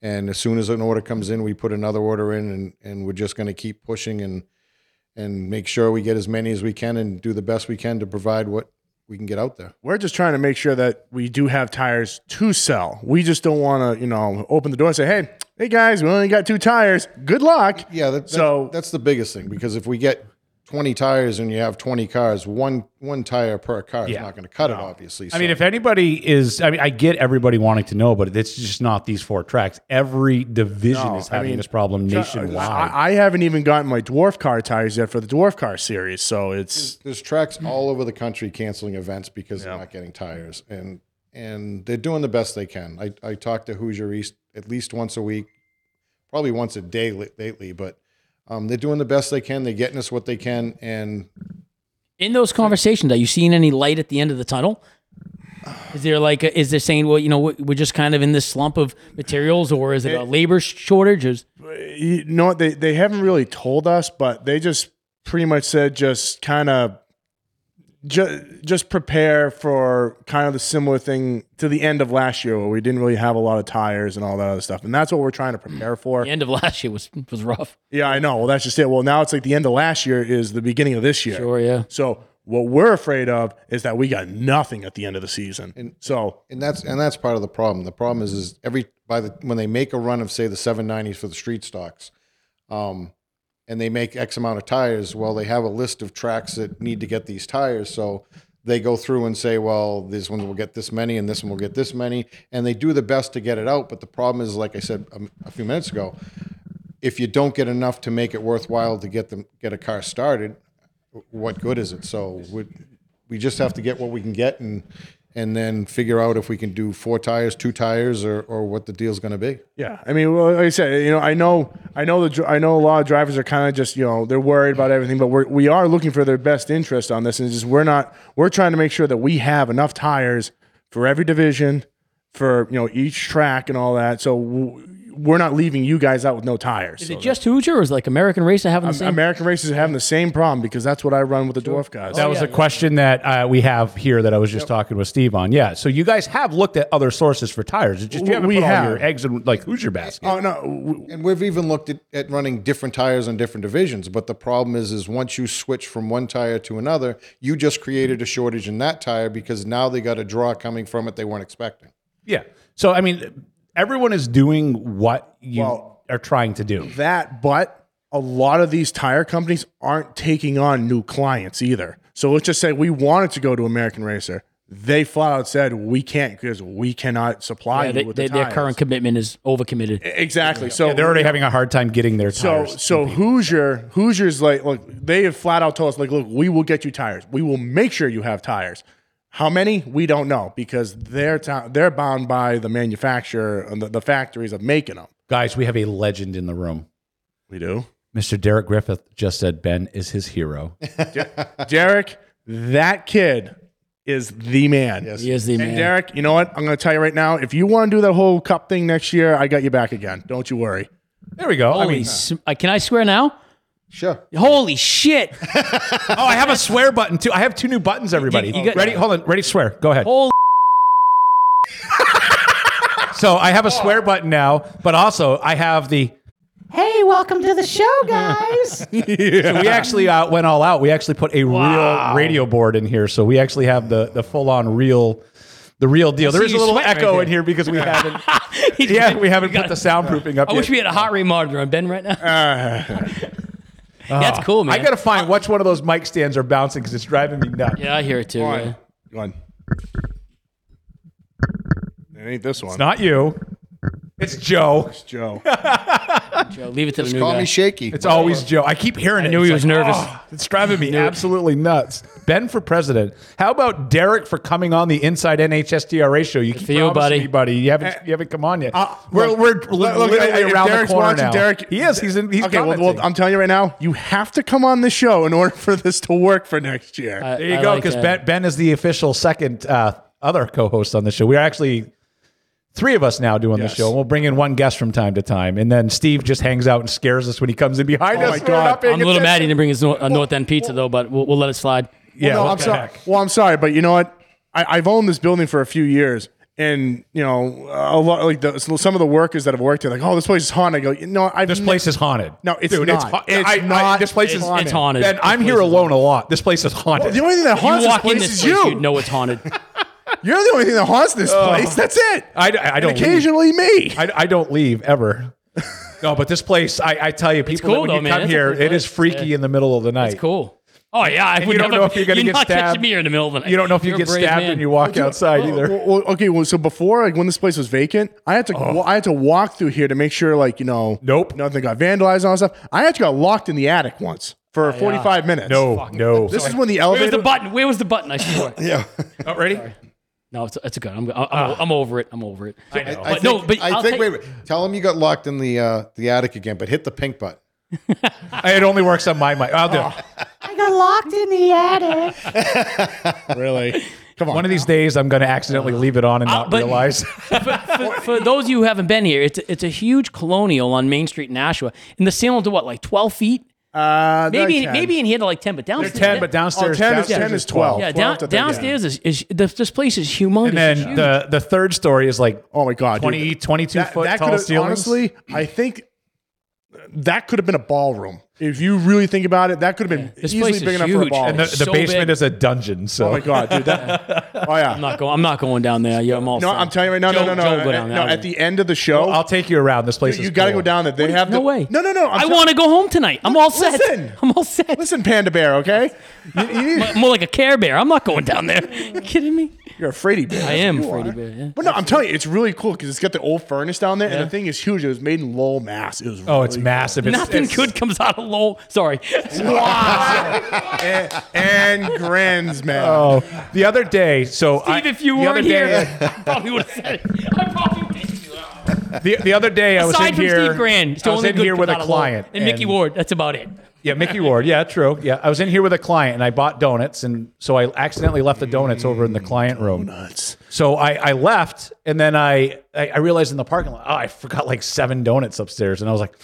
S6: And as soon as an order comes in, we put another order in, and and we're just going to keep pushing and and make sure we get as many as we can and do the best we can to provide what we can get out there.
S4: We're just trying to make sure that we do have tires to sell. We just don't want to, you know, open the door and say, hey, hey guys, we only got two tires. Good luck.
S6: Yeah, that, that-
S4: So-
S6: that's the biggest thing because if we get 20 tires and you have 20 cars, one one tire per car is not going to cut it, obviously.
S3: I mean, if anybody is, I mean, I get everybody wanting to know, but it's just not these four tracks. Every division is having this problem nationwide.
S4: I, I haven't even gotten my dwarf car tires yet for the dwarf car series. So it's,
S6: there's tracks all over the country canceling events because they're not getting tires, and and they're doing the best they can. I I talk to Hoosier East at least once a week, probably once a day li- lately, but. Um, they're doing the best they can. They're getting us what they can, and
S5: In those conversations, are you seeing any light at the end of the tunnel? Is there like, a, is there saying, well, you know, we- we're just kind of in this slump of materials, or is it a labor shortage? Is
S4: you know what? They, they haven't really told us, but they just pretty much said just kind of ju- just prepare for kind of the similar thing to the end of last year where we didn't really have a lot of tires and all that other stuff. And that's what we're trying to prepare for.
S5: the end of last year was was rough.
S4: Yeah, I know. Well, that's just it. Well, now it's like the end of last year is the beginning of this year.
S5: Sure, yeah.
S4: So what we're afraid of is that we got nothing at the end of the season. so
S6: and that's and that's part of the problem. The problem is is every by the when they make a run of say the seven nineties for the street stocks, um, and they make X amount of tires. Well, they have a list of tracks that need to get these tires, so they go through and say, well, this one will get this many, and this one will get this many, and they do the best to get it out. But the problem is, like I said um, a few minutes ago, if you don't get enough to make it worthwhile to get them get a car started, what good is it? So we we just have to get what we can get and and then figure out if we can do four tires, two tires, or or what the deal's going to be.
S4: Yeah, I mean, well, like I said, you know, I know, I know the, dr- I know a lot of drivers are kind of just, you know, they're worried about everything, but we're, we are looking for their best interest on this, and it's just we're not, we're trying to make sure that we have enough tires for every division, for you know each track and all that, so w- we're not leaving you guys out with no tires.
S5: Is
S4: So
S5: it just Hoosier, or is like American Racer having the same?
S4: American races are having the same problem because that's what I run with the dwarf guys.
S5: Oh,
S3: that was a question that uh, we have here that I was just talking with Steve on. Yeah. So you guys have looked at other sources for tires. It's just you haven't
S4: We
S3: put all
S4: have.
S3: your eggs in like Hoosier basket.
S4: oh no, w-
S6: And we've even looked at, at running different tires on different divisions. But the problem is, is once you switch from one tire to another, you just created a shortage in that tire because now they got a draw coming from it they weren't expecting.
S3: yeah. So I mean, everyone is doing what you
S4: Well-
S3: are trying to do.
S4: that, but a lot of these tire companies aren't taking on new clients either. So let's just say we wanted to go to American Racer. They flat out said we can't because we cannot supply
S5: Yeah,
S4: you
S5: they,
S4: with
S5: they-
S4: the
S5: their
S4: tires."
S5: current commitment is overcommitted.
S4: exactly. So
S3: They're already having a hard time getting their
S4: so
S3: tires.
S4: so Hoosier Hoosier's like look they have flat out told us like look we will get you tires we will make sure you have tires. How many we don't know because they're ti they're bound by the manufacturer and the, the factories of making them.
S3: Guys, we have a legend in the room.
S4: We do.
S3: Mr. Derek Griffith just said Ben is his
S4: *laughs*
S3: hero.
S4: Derek, that kid is the man.
S5: He is the
S4: And
S5: man.
S4: Derek, you know what? I'm going to tell you right now. If you want to do that whole cup thing next year, I got you back again. Don't you worry.
S3: There we go. I
S5: Holy,
S3: mean,
S5: sm- uh, can I swear now?
S6: Sure.
S5: Holy shit! *laughs*
S3: oh, I have a swear button too. I have two new buttons. Everybody,
S5: You get-
S3: ready? Hold on. Ready? Swear. Go ahead.
S5: Holy
S3: *laughs* So I have a swear button now, but also I have the.
S7: Hey, welcome to the show,
S5: *laughs*
S7: guys.
S3: So we actually uh, went all out. We actually put a real radio board in here, so we actually have the the full on real. The real deal. There
S5: see
S3: is a
S5: you
S3: little
S5: sweating right
S3: echo
S5: there.
S3: in here because we haven't.
S5: *laughs*
S3: yeah, we haven't put the soundproofing up.
S5: I wish
S3: yet.
S5: we had a hot rate monitor on Ben right now. *laughs* That's cool, man.
S3: I gotta find which one of those mic stands are bouncing because it's driving me nuts.
S5: yeah, I hear it too. yeah.
S4: Go on. It ain't this one.
S3: It's not you. It's Joe.
S4: It's Joe.
S5: Joe, leave it to the new
S6: Call
S5: guy.
S6: me shaky.
S3: It's always Joe. I keep hearing it.
S5: knew
S3: It's
S5: he was nervous.
S3: "Oh," it's driving me absolutely nuts. Ben for president. How about Derek for coming on the Inside NHSDRA show? You keep
S5: for you,
S3: promising
S5: buddy.
S3: me, buddy. You haven't you haven't come on yet.
S4: Eh, Uh,
S3: *laughs* we're
S4: look,
S3: we're
S4: look, look,
S3: literally
S4: if
S3: around
S4: Derek's
S3: the corner
S4: watching,
S3: now.
S4: Derek-
S3: he is. He's in. He's
S4: okay, well, well,
S3: commenting.
S4: I'm telling you right now, you have to come on the show in order for this to work for next year.
S5: I-
S3: there you
S5: I
S3: go.
S5: like
S3: Because
S5: that.
S3: ben, ben is the official second uh, other co-host on the show. We're actually three of us now doing
S4: Yes.
S3: the show. And we'll bring in one guest from time to time, and then Steve just hangs out and scares us when he comes in behind
S4: Oh
S3: us.
S4: my
S3: We're not
S4: God.
S3: paying
S5: I'm a little
S3: attention.
S5: mad he didn't bring his nor- uh, North End pizza though, but we'll, we'll let it slide.
S3: Yeah,
S4: no,
S3: what
S4: I'm
S3: the
S4: sorry.
S3: heck?
S4: Well, I'm sorry, but you know what? I, I've owned this building for a few years, and you know a lot like the, so some of the workers that have worked here, like, oh, this place is haunted. I go, no, I've
S3: This place is haunted.
S4: No, it's
S3: Dude, It's,
S4: not.
S3: ha-
S4: It's
S3: I- I-
S4: not
S3: this place is
S4: haunted.
S5: It's haunted.
S3: And I'm
S5: This
S3: here
S5: place is
S3: alone a lot. This place is haunted.
S4: the only thing that haunts
S5: You
S4: this
S5: walk in
S4: place
S5: this
S4: is
S5: place,
S4: you.
S5: you'd know it's
S3: *laughs*
S5: haunted.
S4: You're the only thing that haunts this place. That's it.
S3: I, I don't.
S4: and occasionally me.
S3: leave. I, I don't leave ever. no, but this place, I, I tell you, people, that
S5: cool
S3: when
S5: though,
S3: you
S5: man.
S3: come
S5: It's a
S3: here,
S5: cool
S3: it is
S5: place.
S3: freaky in the middle of the night.
S5: It's cool. Oh yeah,
S3: you don't know if you're gonna get
S5: not catching
S3: stabbed.
S5: me here in the middle of the night.
S3: You don't know if you
S5: You're a
S3: get
S5: brave
S3: stabbed
S5: man.
S3: and you walk outside either.
S4: Well, well, okay, well, so before, like when this place was vacant, I had to well, I had to walk through here to make sure, like you know,
S3: Nope.
S4: nothing got vandalized and all that stuff. I actually got locked in the attic once for 45 minutes.
S3: No, no.
S4: this is when the
S5: Where was
S4: elevator.
S5: the button? Where was the button? I swear.
S6: Yeah.
S3: Oh, ready? Ah.
S5: No, it's it's good. I'm, I'm, I'm, over it. I'm over it.
S6: I
S5: But no, but
S6: I
S5: I'll
S6: think
S5: take-
S6: wait, wait. Tell him you got locked in the uh, the attic again, but hit the pink button.
S3: It only works on my mic. I'll do it.
S7: I got locked in the attic.
S5: *laughs*
S4: really? Come on.
S3: One of these days, I'm going to accidentally leave it on and not
S5: but-
S3: realize.
S5: for, for those of you who haven't been here, it's it's a huge colonial on Main Street in Nashua, and the ceilings are what like twelve feet,
S4: uh, they're
S5: maybe
S4: 10.
S5: maybe in here to like ten, but downstairs
S3: Ten, but downstairs,
S4: Oh, 10 is-
S3: downstairs
S4: 10 is 12.
S5: yeah, down,
S4: 12 to 13.
S5: downstairs is, is this, this place is humongous.
S3: And
S5: It's
S3: then
S5: huge.
S3: the the third story is like
S4: Oh my god,
S3: 20,
S4: dude.
S3: 22 foot tall
S4: could've-
S3: ceilings.
S4: Honestly, I think that could have been a ballroom. If you really think about it, that could have been
S5: This
S4: easily
S5: place
S4: big
S5: is
S4: enough for a
S5: huge.
S4: ballroom.
S3: and the, the
S5: so
S3: basement
S5: big.
S3: is a dungeon. So
S4: oh my god, dude.
S5: *laughs*
S4: That, oh yeah.
S5: I'm not going. I'm not going down there. Yeah, I'm all.
S4: no,
S5: set.
S4: I'm telling you right now. No,
S5: Joe-
S4: no,
S5: Joe
S4: no,
S5: go
S4: no.
S5: down
S4: no
S5: there.
S4: at the end of the show,
S3: I'll take you around. This place
S4: Oh. you,
S3: is
S4: got to
S3: cool.
S4: go down there. They have
S5: no
S4: the,
S5: way.
S4: No, no, no. I'm
S5: I
S4: sorry.
S5: want to go home tonight. I'm all set.
S4: Listen.
S5: I'm all set.
S4: Listen, Panda Bear. Okay, you, you need,
S5: I'm more like a Care Bear. I'm not going down
S3: *laughs*
S5: there. you kidding me?
S4: you're a Freddy bear.
S5: I am Freddy Bear. Yeah.
S4: But no, I'm telling you, it's really cool because it's got the old furnace down there, and the thing is huge. It was made in Lowell, Mass. It was
S3: Oh, it's
S4: really
S3: massive. It's,
S5: Nothing
S3: it's-
S5: good comes out of Lowell. Sorry.
S4: *laughs* and, and grins, man.
S3: Oh, the other day. So I-
S5: *laughs* *laughs* Steve, if you
S3: the other
S5: weren't
S3: day-
S5: here, *laughs* I probably would have said it. I probably would have.
S3: the, the other day I was
S5: Aside
S3: in
S5: from
S3: here.
S5: Steve Grand, it's the
S3: I was
S5: only
S3: in
S5: good
S3: here with a
S5: comes out of Lowell.
S3: client
S5: and Mickey Ward. That's about it.
S3: Yeah, Mickey Ward. Yeah, true. Yeah, I was in here with a client and I bought donuts, and so I accidentally left the donuts over in the client room.
S4: Nuts.
S3: So I, I left, and then I, I I realized in the parking lot, oh, I forgot like seven donuts upstairs, and I was like,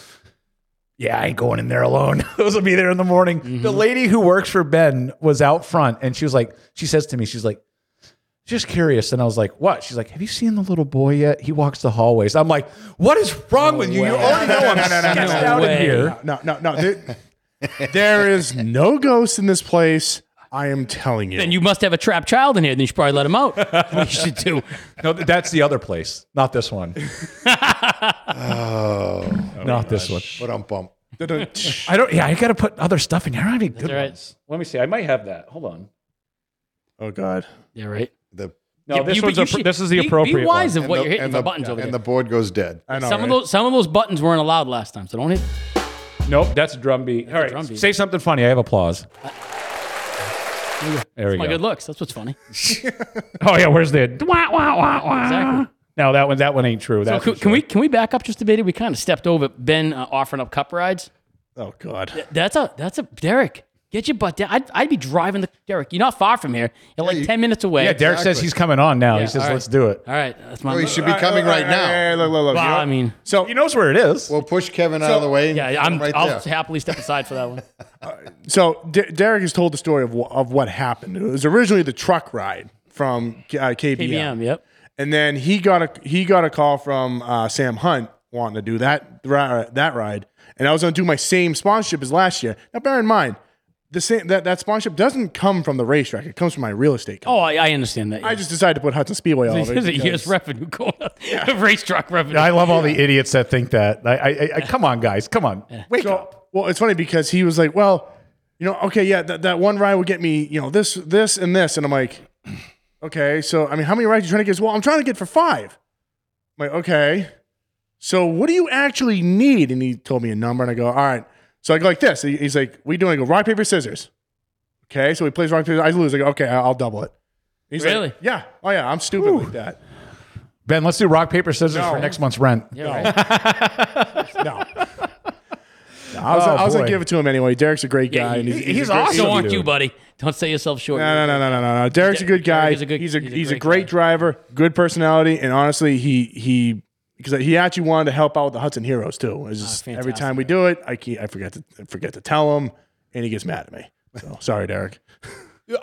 S3: yeah, I ain't going in there alone. *laughs* Those will be there in the morning. The lady who works for Ben was out front, and she was like, she says to me, she's like, just curious, and I was like, what? She's like, have you seen the little boy yet? He walks the hallways. I'm like, what is wrong with you? You already know I'm sketched out in
S5: way.
S3: here.
S4: No, no, no. There, there is no ghost in this place. I am telling you.
S5: Then you must have a trapped child in here. Then you should probably let him
S3: *laughs*
S5: out. *laughs* That's what you should do.
S3: No, th- that's the other place, not this one. *laughs* not this one.
S6: But um bump.
S3: I don't. Yeah, I gotta put other stuff in here. I don't have any good
S5: all right.
S3: ones. Let me see. I might have that. Hold on.
S4: oh God.
S5: Yeah, right.
S6: The
S3: No,
S5: Yeah,
S3: this
S5: you-
S3: one's
S5: you
S3: a,
S5: should-
S3: this is the
S5: be-
S3: appropriate
S5: Be wise
S3: one.
S5: of what
S6: and
S5: you're hitting
S6: and
S5: the, buttons over
S6: and
S5: there.
S6: the board goes dead.
S4: I know.
S5: some of
S4: right?
S5: those some of those buttons weren't allowed last time, so don't hit.
S3: Nope, that's a drum beat. All right,
S5: drum beat.
S3: say something funny. I have applause. There we
S5: My
S3: go.
S5: good looks. That's what's
S3: *laughs*
S5: funny.
S3: Oh yeah, where's the wah, wah, wah, wah.
S5: Exactly.
S3: No, that one that one ain't true.
S5: So
S3: That's
S5: can, can we can we back up just a bit? We kind of stepped over Ben uh, offering up cup rides.
S4: Oh God.
S5: That's a that's a Derek. Get your butt down. I'd, I'd be driving the Derek. You're not far from here. You're like
S6: you-
S5: ten minutes away.
S3: Yeah, Derek says he's coming on now. he
S5: Yeah,
S3: says
S5: all right.
S3: let's do it.
S5: All right, that's my.
S6: Oh, you should be coming right now.
S4: Hey, look, look, look.
S5: Well,
S4: You know-
S5: I mean,
S4: so
S3: He knows where it is.
S6: Well, push Kevin out of the way. and
S5: yeah,
S6: put him
S5: I'm.
S6: right
S5: I'll
S6: there.
S5: happily step aside for that one.
S4: So De- Derek has told the story of, wh- of what happened. It was originally the truck ride from uh, KBM,
S5: PBM. Yep.
S4: and then he got a he got a call from uh, Sam Hunt wanting to do that ri- that ride, and I was going to do my same sponsorship as last year. Now, bear in mind, the same that that sponsorship doesn't come from the racetrack; it comes from my real estate. Company.
S5: Oh, I, I understand that.
S4: I just decided to put Hudson Speedway all
S5: *laughs* This
S4: over.
S5: is a
S4: it.
S5: year's revenue going *laughs* up. Race truck revenue.
S3: I love all the idiots that think that. I, I, I- I come on, guys, come on. Wake
S4: So-
S3: up.
S4: Well, it's funny because he was like, "Well, you know, okay, yeah, that, that one ride would get me, you know, this, this, and this," and I'm like, *clears throat* "Okay, so I mean, how many rides you trying to get?" He goes, Well, I'm trying to get for five. I'm like, okay, so what do you actually need? And he told me a number, and I go, "All right." So I go like this. He- He's like, "We doing?" I go, "Rock paper scissors." Okay, so he plays rock paper. I lose. I go, "Okay, I'll I'll double it." He's like,
S5: Really?
S4: yeah. Oh yeah. I'm stupid like that.
S3: Ben, let's do rock paper scissors for
S4: No.
S3: next month's rent.
S4: No. No, I was, I was gonna
S3: Oh, boy.
S4: give it to him anyway. Derek's a great guy. and
S3: he- he's
S4: a great-
S3: awesome.
S5: So aren't
S3: dude.
S5: you, buddy? Don't sell yourself short.
S4: No, no, no, no, no, no. Derek's a good guy.
S5: Derek
S4: He's
S5: is a good- he's
S4: a,
S5: a
S4: he's a
S5: great
S4: great
S5: guy.
S4: driver, good personality, and honestly, he he because he actually wanted to help out with the Hudson Heroes too. It's just every time we do it, I keep, I forget to I forget to tell him, and he gets mad at me. *laughs* So sorry, Derek.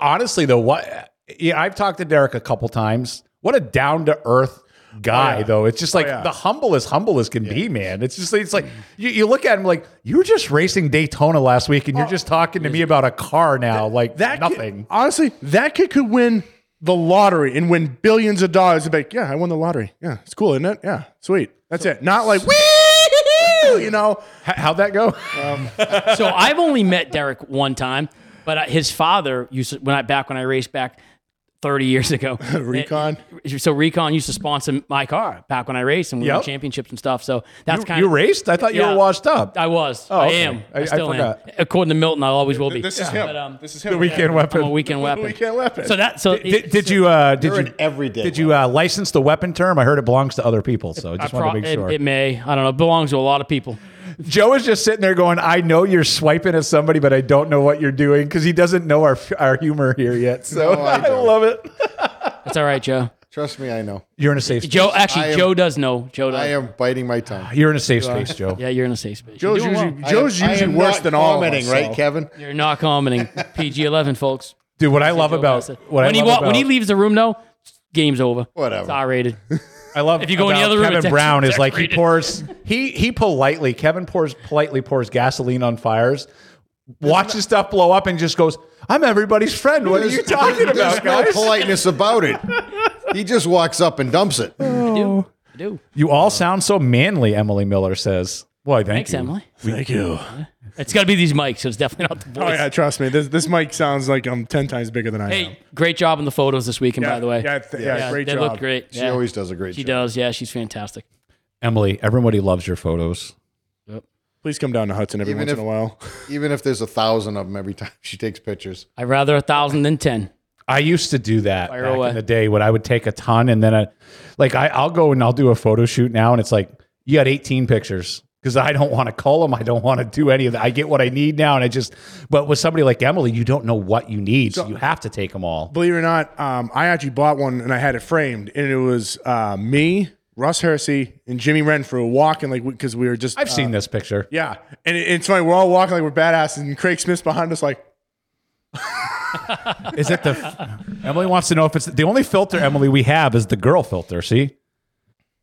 S3: honestly though what yeah i've talked to derek a couple times What a down to earth
S5: Oh,
S3: guy, though. It's just like
S4: yeah.
S3: the humblest, humblest can be, man. It's just it's like you, you look at him like you were just racing Daytona last week,
S5: Oh,
S3: and you're just talking to me about a car now, like
S4: That kid-
S3: nothing.
S4: honestly, that kid could win the lottery and win billions of dollars. He'd be like, yeah, I won the lottery. Yeah, it's cool, isn't it? Yeah, sweet. That's it. Not like, "Wee-hoo-hoo," you know.
S3: H- How'd that go?
S5: so I've only met Derek one time, but uh, his father used to, when I back when I raced back thirty years ago.
S4: Recon?
S5: so Recon used to sponsor my car back when I raced and we
S3: Yep.
S5: won championships and stuff. So *laughs* that's kind
S3: you
S5: of
S3: raced? I thought you
S5: Yeah.
S3: were washed up.
S5: I was.
S3: Oh,
S5: I
S3: okay.
S5: am.
S3: I-
S5: I,
S3: I
S5: still am.
S3: forgot.
S5: According to Milton, I always will be.
S4: This is him.
S5: But, um,
S4: this is
S3: *laughs*
S4: him.
S3: The weekend
S5: I'm
S3: weapon.
S5: a weekend weapon.
S4: Weekend weapon.
S5: So that so
S3: Did, did you uh, did
S6: You're
S3: you
S6: an everyday
S3: did you uh, license the weapon term? I heard it belongs to other people, so I just
S5: pro-
S3: wanted to make
S5: it-
S3: sure.
S5: it, may. I don't know. It belongs to a lot of people.
S3: Joe is just sitting there going, "I know you're swiping at somebody, but I don't know what you're doing because he doesn't know our our humor here yet." So *laughs*
S6: No,
S3: I,
S6: I don't.
S3: love it.
S5: That's all right, Joe.
S6: Trust me, I know.
S3: You're in a safe.
S5: Joe actually
S6: I am-
S5: Joe does know. Joe does.
S6: I am biting my
S4: Ah,
S6: tongue.
S3: You're in a safe space, Joe.
S5: yeah, you're in a safe space.
S4: Joe's
S5: You're doing
S4: usually,
S5: well.
S4: Joe's
S6: I am- I
S4: usually
S6: am
S4: worse
S6: not
S4: than all of
S6: commenting,
S4: us, so.
S6: right, Kevin?
S5: You're not
S3: *laughs*
S5: commenting. PG-11, folks.
S3: Dude, what I love
S5: Joe
S3: about
S5: Bassett.
S3: what
S5: when
S3: I
S5: he
S3: love
S5: wa-
S3: about,
S5: when he leaves the room, though, game's over.
S6: Whatever.
S5: It's
S3: *laughs*
S5: R-rated.
S3: I love
S5: if you go in the
S3: about
S5: other room,
S3: Kevin
S5: it's
S3: Brown
S5: actually
S3: is like he pours he he politely Kevin pours politely pours gasoline on fires, watches stuff blow up, and just goes, "I'm everybody's friend." What are you talking
S6: There's
S3: about,
S6: no
S3: guys?
S6: politeness about it. He just walks up and dumps it.
S5: I do. I do.
S3: You all sound so manly, Emily Miller says. Well, thank
S5: Thanks,
S3: you.
S5: Emily.
S4: Thank you.
S5: It's got to be these mics. So it's definitely not the voice.
S4: Oh yeah, trust me. This this mic sounds like I'm ten times bigger than I am.
S5: Hey, great job on the photos this weekend,
S4: Yeah,
S5: by the way.
S4: yeah, th- yeah, great
S5: they
S4: job.
S5: look great.
S6: She
S5: Yeah.
S6: always does a great
S5: She
S6: job.
S5: does. Yeah, she's fantastic.
S3: Emily, everybody loves your photos.
S4: Please come down to Hudson every
S6: Even
S4: once
S6: if-
S4: in a while.
S6: Even if there's a thousand of them every time she takes pictures.
S5: I'd rather a thousand than ten.
S3: I used to do that
S5: Fire
S3: back
S5: away.
S3: in the day when I would take a ton and then I, like I, I'll go and I'll do a photo shoot now and it's like you got 18 pictures because I don't want to call them. I don't want to do any of that. I get what I need now and I just. But with somebody like Emily, you don't know what you need, so, you have to take them all.
S4: *laughs* Believe it or not, um, I actually bought one and I had it framed, and it was uh, me, Russ Hersey, and Jimmy Renfrew walking like because we were just.
S3: I've
S4: uh,
S3: seen this picture.
S4: Yeah, and it, it's funny. We're all walking like we're badasses, and Craig Smith's behind us like.
S3: *laughs* Is it the Emily wants to know if it's the only filter Emily we have is the girl filter? See,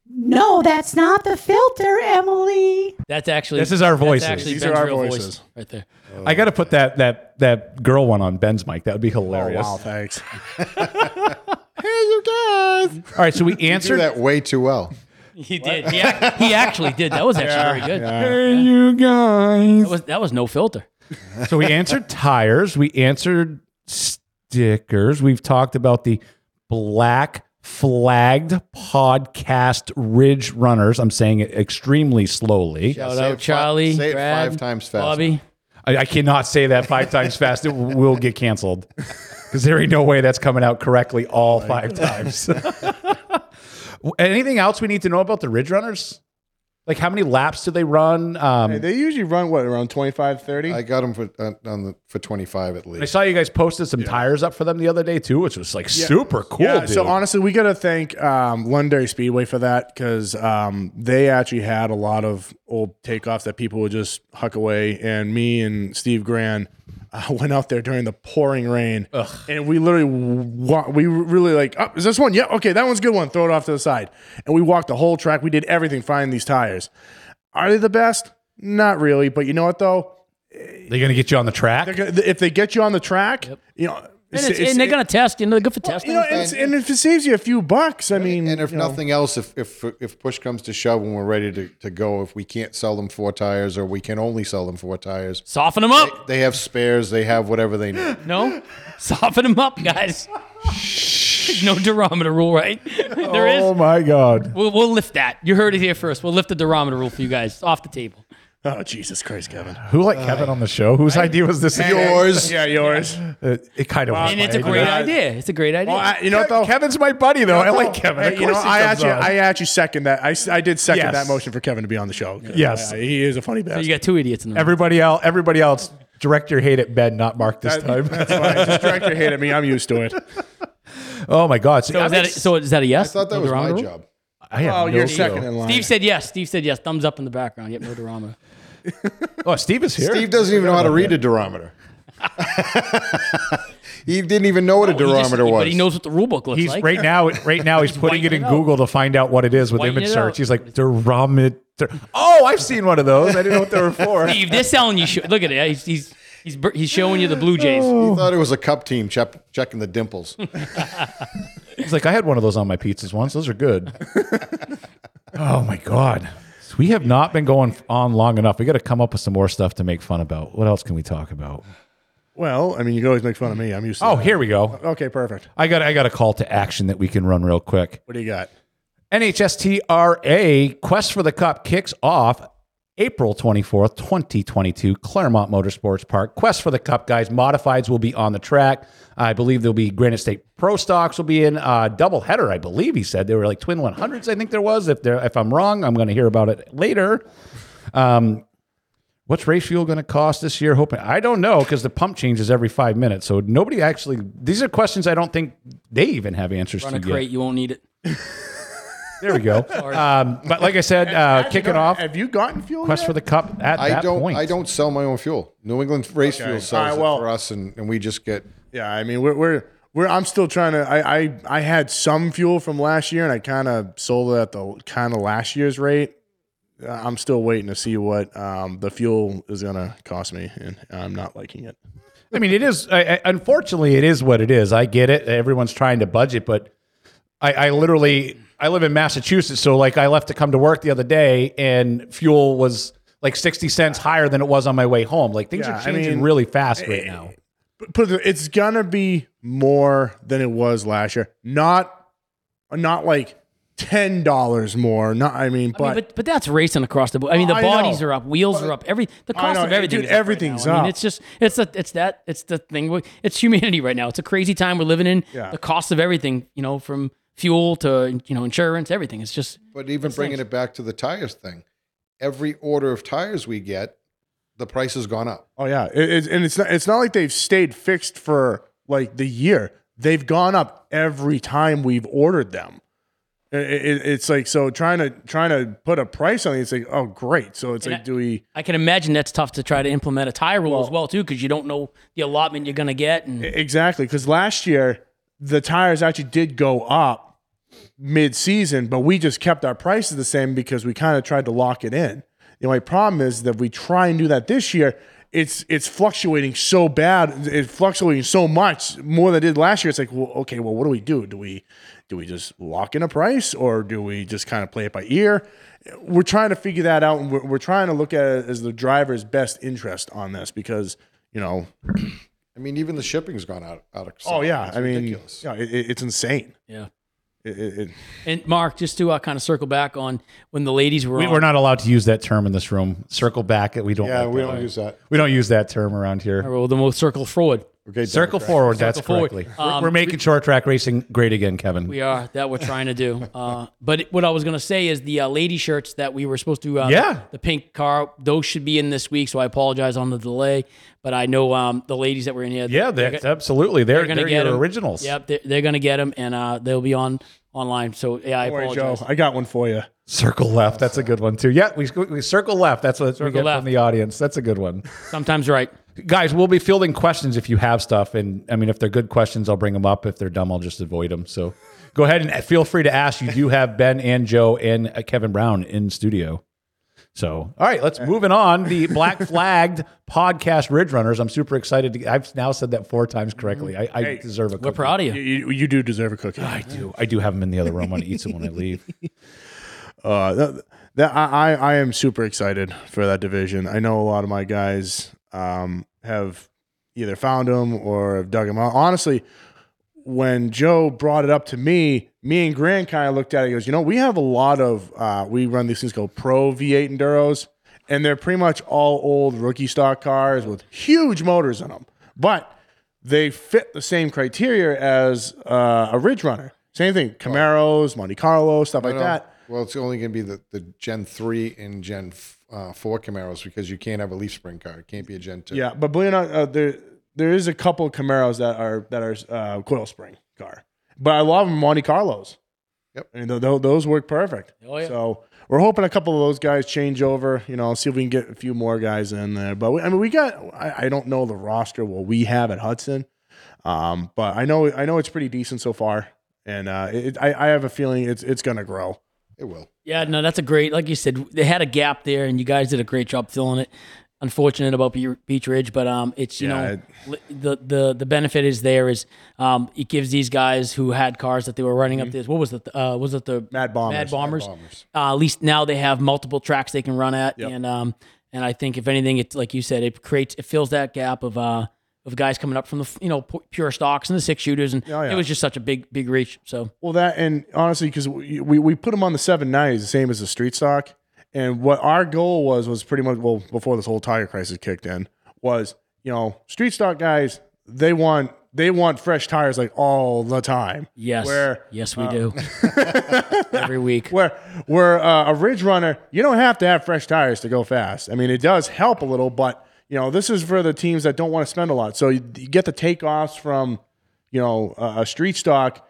S7: No, that's not the filter, Emily.
S5: That's actually
S3: This is our
S5: that's
S3: voices.
S5: actually
S4: These
S5: Ben's
S4: are our
S5: real
S4: voices.
S5: voice right there.
S3: I got to put that that that girl one on Ben's mic. That would be hilarious.
S4: Oh wow! Thanks. *laughs*
S3: All right, so we
S6: Do
S3: answered
S6: that way too well.
S5: *laughs* He did. He, ac- he actually did. That was actually very good.
S3: Hey, you guys.
S5: That was that was no filter.
S3: So we
S4: *laughs*
S3: answered tires. We answered stickers. We've talked about the black flagged podcast Ridge Runners. I'm saying it extremely slowly.
S5: Shout
S6: say it
S5: out
S6: fi-
S5: Charlie.
S6: say it
S5: Brad,
S6: five times faster.
S5: Bobby.
S3: I, I cannot say that five times fast. It will get
S4: *laughs*
S3: canceled because there ain't no way that's coming out correctly all five
S4: *laughs*
S3: times. Anything else we need to know about the Ridge Runners? Like how many laps do they run? Um,
S4: they usually run what around 25, 30?
S6: I got him for uh, on the for 25 at
S3: I
S6: least.
S3: saw you guys posted some tires up for them the other day too, which was like super cool.
S4: Yeah,
S3: dude.
S4: so honestly, we got to thank um, Lundary Speedway for that because um, they actually had a lot of old takeoffs that people would just huck away. And me and Steve Grand *laughs* uh, went out there during the pouring rain, and we literally wa- we really like, oh, is this one? Yeah, okay, that one's a good one. Throw it off to the side, and we walked the whole track. We did everything. Find these tires. Are they the best? Not really, but you know what though?
S3: They're gonna get you on the track.
S4: They're gonna, if they get you on the track, you know,
S5: And, it's, and they're gonna test. You know, they're good for testing.
S4: you know, and, it's- and if it saves you a few bucks, I mean,
S6: And if
S4: you know.
S6: nothing else, if, if if push comes to shove when we're ready to, to go, if we can't sell them four tires or we can only sell them four tires,
S5: Soften them up.
S6: they have spares, they have whatever
S4: *laughs*
S6: they need.
S5: No, soften them up, guys. There's *laughs* no durometer rule, right? *laughs* there is.
S3: Oh my god.
S5: We'll, we'll lift that. You heard it here first. We'll lift the durometer rule for you guys off the table.
S4: Oh Jesus Christ, Kevin!
S3: Who let Kevin on the show? Whose idea was this?
S6: Yours.
S4: yeah, yours.
S3: Uh, it kind of was.
S5: And
S3: my
S5: it's a
S3: idea.
S5: great
S4: Yeah.
S5: idea. It's a great idea.
S4: Well, I, you know what though?
S3: Kevin's my buddy though. I like Kevin.
S4: Hey,
S3: Of
S4: you know,
S3: course he
S4: I
S3: comes
S4: actually,
S3: on.
S4: I actually second that. I, s- I did second
S3: Yes.
S4: that motion for Kevin to be on the show.
S3: Yes.
S4: Uh, he is a funny
S3: *laughs*
S4: bastard.
S5: you got two idiots in the room.
S3: everybody else. Everybody else. Direct your hate at Ben, not Mark this
S4: That-
S3: time. *laughs*
S4: that's *laughs* fine. Just direct your hate at me. I'm used to it.
S3: oh my god.
S5: So is, that a, so is that a yes?
S6: I thought that
S5: No
S6: was my
S5: durometer rule?
S6: job.
S3: I have
S4: Oh,
S3: no
S4: you're
S3: clue.
S4: second in line.
S5: Steve said yes. Steve said yes. Thumbs up in the background. Yep, no durometer.
S3: Oh, Steve is here.
S6: Steve doesn't even know how to read a durometer. *laughs* He didn't even know what a
S5: He just-
S6: durometer was.
S5: But he knows what the rule book looks
S3: He's
S5: like.
S3: right now. Right now, he's putting it
S5: whitening
S3: in
S5: it out.
S3: Google to find out what it is with
S5: Whitening
S3: image
S5: it
S3: search.
S5: out.
S3: He's like durometer. Oh, I've seen one of those. I didn't know what they were
S4: *laughs*
S3: for.
S5: Steve, they're selling you. shit. Look at it. He's he's he's, br- he's showing you the Blue Jays.
S4: Oh.
S6: He thought it was a cup team check, checking
S4: *laughs*
S6: the dimples.
S3: He's like, I had one of those on my pizzas once. Those are good. *laughs* oh my god, we have not been going on long enough. We got to come up with some more stuff to make fun about. What else can we talk about?
S4: Well, I mean, you can always make fun of me. I'm used to
S3: Oh,
S4: that.
S3: here we go.
S4: Okay, perfect.
S3: I got I got a call to action that we can run real quick.
S4: What do you got?
S3: NHSTRA Quest for the Cup kicks off April 24th, 2022, Claremont Motorsports Park. Quest for the Cup, guys. Modifieds will be on the track. I believe there'll be Granite State Pro Stocks will be in uh, double header. I believe he said there were like twin 100s. I think there was. If there, if I'm wrong, I'm going to hear about it later. Um, what's race fuel going to cost this year? Hoping I don't know because the pump changes every five minutes. So nobody actually. These are questions I don't think they even have answers
S5: Run
S3: to
S5: a
S3: yet.
S5: crate. You won't need it.
S3: There we go.
S4: *laughs*
S3: Um, but like I said, uh, kicking off
S4: Have you gotten fuel?
S3: quest
S4: yet?
S3: for the cup at
S6: I
S3: that
S6: don't.
S3: point.
S6: I don't sell my own fuel. New England Race
S4: Okay.
S6: Fuel
S4: All
S6: sells
S4: right, well-
S6: it for us, and, and we just get.
S4: Yeah, I mean, we're we're we're. I'm still trying to. I I, I had some fuel from last year, and I kind of sold it at the kind of last year's rate. Uh, I'm still waiting to see what um, the fuel is gonna cost me, and I'm not liking it.
S3: I mean, it is. I, I, unfortunately, it is what it is. I get it. Everyone's trying to budget, but I, I literally I live in Massachusetts, so like I left to come to work the other day, and fuel was like sixty cents higher than it was on my way home. Like things
S4: Yeah,
S3: are
S4: I
S3: changing
S4: mean, eh,
S3: really fast right now.
S4: But put it, it's gonna be more than it was last year. Not not like ten dollars more. Not. I
S5: I
S4: mean,
S5: mean,
S4: but.
S5: but but that's racing across the board. I mean, the
S4: I
S5: bodies
S4: know.
S5: are up, wheels are up, every the cost
S4: know,
S5: of everything.
S4: dude,
S5: is up right
S4: everything's
S5: now. I mean,
S4: up.
S5: it's just it's the it's that it's the thing. we- It's humanity right now. It's a crazy time we're living in.
S4: Yeah.
S5: The cost of everything, you know, from fuel to you know insurance, everything. It's just
S6: But even bringing it back to the tires thing, every order of tires we get, the price has gone up.
S4: Oh yeah, It- it's- and it's not, it's not like they've stayed fixed for like the year. They've gone up every time we've ordered them. It- it- it's like so trying to trying to put a price on it. It's like oh great. So it's
S5: And
S4: like
S5: I-
S4: do we?
S5: I can imagine that's tough to try to implement a tire rule as well too, because you don't know the allotment you're gonna get. And
S3: Eh.
S4: E, Exactly, because last year the tires actually did go up mid season, but we just kept our prices the same because we kind of tried to lock it in. The only problem is that we try and do that this year. It's it's fluctuating so bad, it's fluctuating so much more than it did last year. It's like, well, okay, well, what do we do? Do we do we just lock in a price, or do we just kind of play it by ear? We're trying to figure that out, and we're, we're trying to look at it as the driver's best interest on this because you know
S6: I mean, even the shipping's gone out. out of
S4: Oh yeah,
S6: It's
S4: I mean,
S6: ridiculous.
S4: yeah, it, it- it's insane.
S5: yeah.
S4: It, it, it-
S5: And Mark, just to uh, kind of circle back on when the ladies were
S3: We,
S5: on,
S3: we're not allowed to use that term in this room. Circle back. We don't.
S6: yeah,
S3: like
S6: we
S3: that.
S6: don't use that.
S3: We don't use that term around here.
S5: Well, then we'll circle forward.
S6: Okay,
S3: Circle forward. that's
S5: forward.
S3: correctly. We're-
S5: Um,
S3: we're, making short track racing great again, Kevin.
S5: We are that we're trying to
S3: *laughs*
S5: do. Uh, but it- what I was gonna say is the uh, lady shirts that we were supposed to. Uh,
S3: Yeah.
S5: The pink car. Those should be in this week. So I apologize on the delay. But I know um, the ladies that were in here.
S3: yeah, that's absolutely.
S5: they're
S3: They're, they're,
S5: gonna get
S3: your
S5: 'em.
S3: originals.
S5: Yep. They're, they're gonna get them, and uh, they'll be on online. So yeah, I
S4: Don't worry, Joe,
S5: apologize.
S4: I got one for you.
S3: Circle left. That's a good one too. Yeah, we, we circle left. That's what we get
S5: left.
S3: from the audience. That's a good one.
S5: Sometimes right.
S3: Guys, we'll be fielding questions if you have stuff, and I mean, if they're good questions, I'll bring them up. If they're dumb, I'll just avoid them. So, go ahead and feel free to ask. You do have Ben and Joe and uh, Kevin Brown in studio. So, all right, let's moving on. The Black Flagged podcast Ridge Runners. I'm super excited. To, I've now said that four times correctly. I, I deserve a.
S5: We're
S3: *laughs* Cookie.
S5: proud of
S4: You,
S5: you.
S4: you, you do deserve a cookie.
S3: I do. I do have them in the other room. I want to eat some when I leave.
S4: Uh, that, that I, I I am super excited for that division. I know a lot of my guys um, have either found them or have dug them out. Honestly, when Joe brought it up to me, me and Grant kind of looked at it. He goes, you know, we have a lot of uh, we run these things called Pro V8 Enduros, and they're pretty much all old rookie stock cars with huge motors in them, but they fit the same criteria as uh, a Ridge Runner. Same thing, Camaros, Monte Carlo, stuff like
S6: No,
S4: that.
S6: Well, it's only going to be the, the Gen three and Gen f- uh, four Camaros because you can't have a leaf spring car. It can't be a Gen two.
S4: Yeah, but believe it or not, uh, there there is a couple Camaros that are that are uh, coil spring car, but I love them Monte Carlos.
S6: Yep.
S4: I mean, th- th- those work perfect.
S5: Oh, yeah.
S4: So we're hoping a couple of those guys change over. You know, see if we can get a few more guys in there. But we, I mean, we got I, I don't know the roster what we have at Hudson. Um, but I know I know it's pretty decent so far, and uh, it, I, I have a feeling it's it's gonna grow.
S6: It will.
S5: Yeah, no, that's a great. Like you said, they had a gap there, and you guys did a great job filling it. Unfortunate about Be- Beach Ridge, but um, it's you
S4: Yeah,
S5: know li- the the the benefit is there is um, it gives these guys who had cars that they were running up this. What was it? Uh, was it the
S4: Mm-hmm. Mad Bombers.
S5: Mad Bombers? Uh, at least now they have multiple tracks they can run at, and um, and I think if anything, it's like you said, it creates it fills that gap of uh of guys coming up from the f- you know pu- pure stocks and the six shooters, and
S4: Oh, yeah.
S5: it was just such a big big reach. So
S4: Well, that and honestly, because we, we we put them on the seven nine is the same as the street stock, and what our goal was was pretty much well before this whole tire crisis kicked in was you know street stock guys they want they want fresh tires like all the time.
S5: yes,
S4: Where- uh,
S5: yes we
S4: *laughs*
S5: do every week.
S4: Where where uh, a ridge runner, you don't have to have fresh tires to go fast. I mean, it does help a little, but you know this is for the teams that don't want to spend a lot. So you, you get the takeoffs from you know a a street stock.